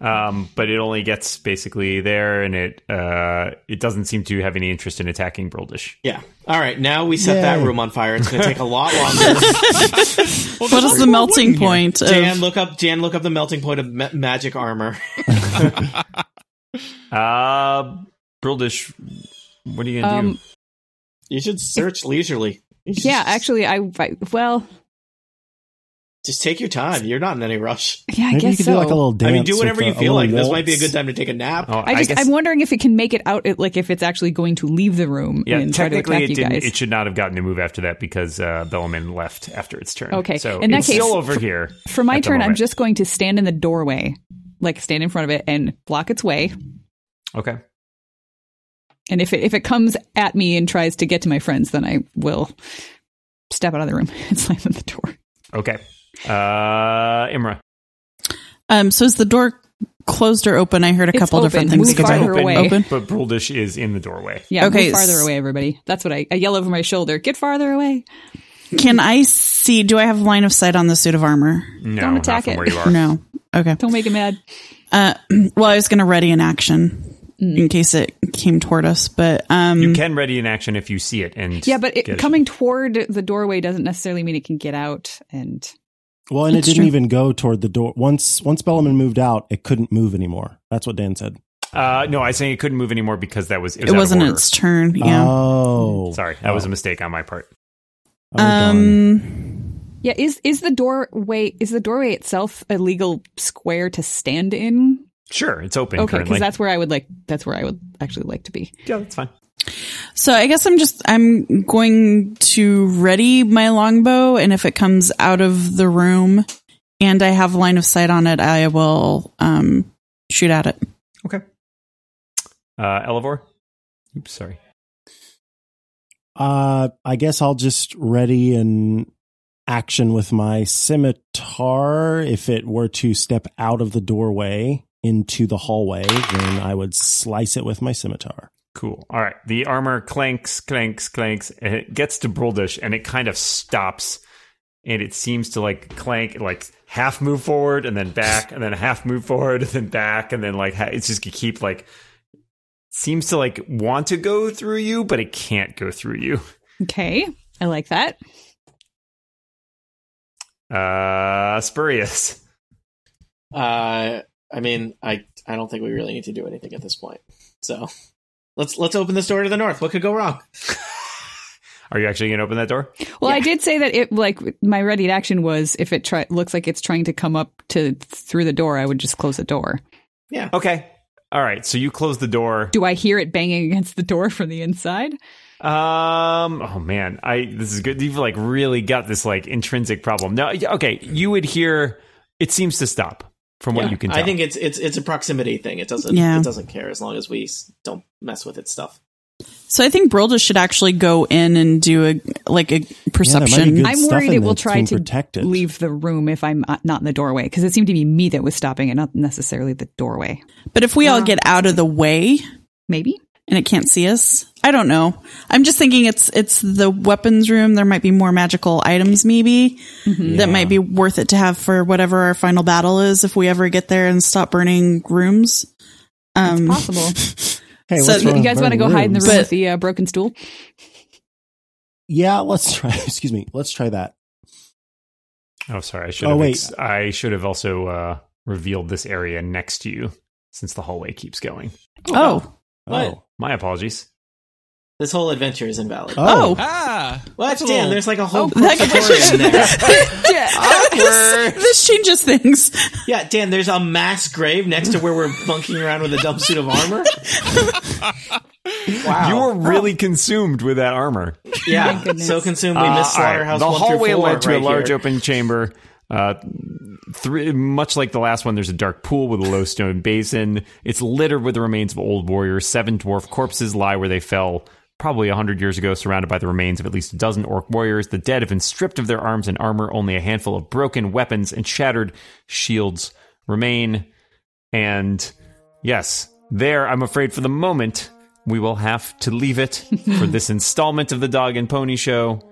Speaker 2: um, but it only gets basically there, and it uh, it doesn't seem to have any interest in attacking Broldish.
Speaker 7: Yeah. All right. Now we set that
Speaker 5: Yay.
Speaker 7: room on fire. It's going to take a lot longer.
Speaker 4: What is the melting point
Speaker 7: Jan,
Speaker 4: of
Speaker 7: look up. Jan, look up the melting point of ma- magic armor.
Speaker 2: Uh, Broldish, what are you gonna
Speaker 3: Um,
Speaker 2: do?
Speaker 7: You should search leisurely. You should
Speaker 3: yeah.
Speaker 7: just-
Speaker 3: Actually, I, I. Well.
Speaker 7: just take your time. You're not in any rush.
Speaker 3: Yeah. I
Speaker 5: Maybe
Speaker 3: guess
Speaker 5: you could
Speaker 3: so.
Speaker 5: do like a little dance.
Speaker 7: I mean, do
Speaker 5: with
Speaker 7: whatever
Speaker 5: a-
Speaker 7: you
Speaker 5: a
Speaker 7: feel
Speaker 5: little
Speaker 7: like. This might be a
Speaker 5: waltz.
Speaker 7: good time to take a nap.
Speaker 2: Oh,
Speaker 3: I just.
Speaker 2: guess-
Speaker 3: I'm wondering if it can make it out. It, like if it's actually going to leave the room
Speaker 2: yeah,
Speaker 3: and try to
Speaker 2: technically
Speaker 3: attack
Speaker 2: it
Speaker 3: you
Speaker 2: didn't.
Speaker 3: guys.
Speaker 2: It should not have gotten to move after that because uh, Bellaman left after its turn.
Speaker 3: Okay,
Speaker 2: so
Speaker 3: in that
Speaker 2: it's
Speaker 3: case-
Speaker 2: still over here.
Speaker 3: For my
Speaker 2: at the
Speaker 3: turn, I'm
Speaker 2: moment.
Speaker 3: just going to stand in the doorway, like stand in front of it and block its way.
Speaker 2: Okay.
Speaker 3: And if it if it comes at me and tries to get to my friends, then I will step out of the room and slam on the door.
Speaker 2: Okay. Uh, Imra.
Speaker 4: um so is the door closed or open? I heard a
Speaker 3: It's
Speaker 4: couple different
Speaker 3: open.
Speaker 4: things
Speaker 3: Move
Speaker 4: go
Speaker 3: farther
Speaker 4: on.
Speaker 3: away.
Speaker 4: Open.
Speaker 2: But Bruldish is in the doorway.
Speaker 3: Yeah,
Speaker 4: Okay,
Speaker 3: move farther
Speaker 4: s-
Speaker 3: away, everybody. That's what I, I yell over my shoulder. Get farther away.
Speaker 4: Can I see do I have line of sight on the suit of armor?
Speaker 2: No,
Speaker 3: Don't
Speaker 2: not
Speaker 3: attack
Speaker 2: from
Speaker 3: it.
Speaker 2: where you are.
Speaker 4: No. Okay.
Speaker 3: Don't make it mad.
Speaker 4: Uh well I was gonna ready an action
Speaker 3: Mm.
Speaker 4: in case it came toward us, but um
Speaker 2: You can ready an action if you see it, and
Speaker 3: Yeah, but
Speaker 2: get
Speaker 3: it, coming toward the doorway doesn't necessarily mean it can get out. And
Speaker 5: Well, and it
Speaker 4: That's
Speaker 5: didn't
Speaker 4: true.
Speaker 5: even go toward the door. Once once Bellaman moved out, it couldn't move anymore. That's what Dan said.
Speaker 2: Uh, no, I was saying it couldn't move anymore because that was it, was
Speaker 4: it
Speaker 2: out of
Speaker 4: wasn't
Speaker 2: order.
Speaker 4: its turn. Yeah.
Speaker 5: Oh,
Speaker 2: Sorry, that was a mistake on my part.
Speaker 5: Oh, darn.
Speaker 4: um
Speaker 3: yeah, is is the doorway is the doorway itself a legal square to stand in?
Speaker 2: Sure, it's open
Speaker 3: Okay,
Speaker 2: currently.
Speaker 3: because that's where I would like. That's where I would actually like to be.
Speaker 2: yeah, that's fine.
Speaker 4: so I guess I'm just I'm going to ready my longbow and if it comes out of the room and I have line of sight on it, I will um shoot at it.
Speaker 2: Uh, Elevor. Oops, sorry.
Speaker 5: Uh, I guess I'll just ready an action with my scimitar. If it were to step out of the doorway into the hallway, then I would slice it with my scimitar.
Speaker 2: Cool. All right. The armor clanks, clanks, clanks, and it gets to Bruldish, and it kind of stops, and it seems to like clank, like half move forward and then back, and then half move forward and then back, and then like ha- it's just gonna keep like seems to like want to go through you, but it can't go through you.
Speaker 3: Okay, I like that.
Speaker 2: Uh, Spurious.
Speaker 7: Uh, I mean, I I don't think we really need to do anything at this point. So let's let's open this door to the north. What could go wrong?
Speaker 2: Are you actually gonna open that door?
Speaker 3: Well, I
Speaker 7: Yeah.
Speaker 3: did say that it like my readied action was if it try, looks like it's trying to come up to through the door, I would just close the door.
Speaker 2: Okay. All right. So you close the door.
Speaker 3: Do I hear it banging against the door from the inside?
Speaker 2: Um. Oh man, I this is good. You've like really got this like intrinsic problem. Now, yeah, okay, you would hear. It seems to stop from what
Speaker 7: Yeah.
Speaker 2: you can. Tell.
Speaker 7: I think it's it's it's a proximity thing. It doesn't
Speaker 4: Yeah.
Speaker 7: it doesn't care as long as we s- don't mess with its stuff.
Speaker 4: So I think Brilda should actually go in and do a like a
Speaker 5: Yeah, there might be
Speaker 4: perception.
Speaker 5: good
Speaker 3: I'm
Speaker 5: stuff
Speaker 3: worried it
Speaker 5: in there
Speaker 3: will
Speaker 5: that's
Speaker 3: try
Speaker 5: being
Speaker 3: to
Speaker 5: protected.
Speaker 3: Leave the room if I'm uh, not in the doorway because it seemed to be me that was stopping it, not necessarily the doorway.
Speaker 4: but if we all get out of the way
Speaker 3: Maybe.
Speaker 4: and it can't see us, I don't know. I'm just thinking it's it's the weapons room. There might be more magical items, maybe that might be worth it to have for whatever our final battle is. If we ever get there and stop burning rooms, um,
Speaker 3: Possible.
Speaker 5: Hey,
Speaker 4: So
Speaker 5: what's wrong
Speaker 3: you
Speaker 5: with
Speaker 3: guys want to
Speaker 5: burning
Speaker 3: go hide in the
Speaker 5: rooms?
Speaker 3: room
Speaker 4: But-
Speaker 3: with the uh, broken stool?
Speaker 5: Yeah, let's try. Excuse me. Let's try that.
Speaker 2: Oh, sorry. I should.
Speaker 5: Oh,
Speaker 2: have
Speaker 5: wait.
Speaker 2: ex- I should have also uh, revealed this area next to you, since the hallway keeps going.
Speaker 4: oh,
Speaker 7: What?
Speaker 5: Oh,
Speaker 2: My apologies.
Speaker 7: This whole adventure is invalid.
Speaker 5: oh,
Speaker 4: oh,
Speaker 6: Ah,
Speaker 7: What,
Speaker 6: that's a
Speaker 7: Dan?
Speaker 6: little-
Speaker 7: There's like a whole
Speaker 4: that-
Speaker 7: story in there.
Speaker 4: 啊
Speaker 3: Yeah.
Speaker 4: Oh. this, this changes things.
Speaker 7: Yeah, Dan, there's a mass grave next to where we're bunking around with a dumb suit of armor. wow.
Speaker 2: You were really consumed with that armor.
Speaker 7: yeah, so consumed we missed
Speaker 2: Uh, all right.
Speaker 7: Slaughterhouse
Speaker 2: The
Speaker 7: one
Speaker 2: hallway
Speaker 7: through four
Speaker 2: led to
Speaker 7: right
Speaker 2: a large
Speaker 7: here.
Speaker 2: open chamber. Uh, three, much like the last one, there's a dark pool with a low stone basin. It's littered with the remains of old warriors. Seven dwarf corpses lie where they fell probably a hundred years ago, surrounded by the remains of at least a dozen orc warriors. The dead have been stripped of their arms and armor. Only a handful of broken weapons and shattered shields remain. And yes, there, I'm afraid for the moment, we will have to leave it for this installment of the Dog and Pony Show.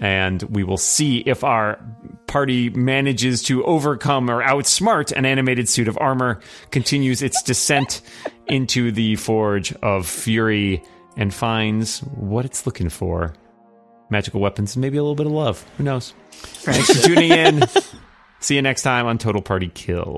Speaker 2: And we will see if our party manages to overcome or outsmart an animated suit of armor, continues its descent into the Forge of Fury, and finds what it's looking for magical weapons and maybe a little bit of love. Who knows? Thanks for tuning in. See you next time on Total Party Kill.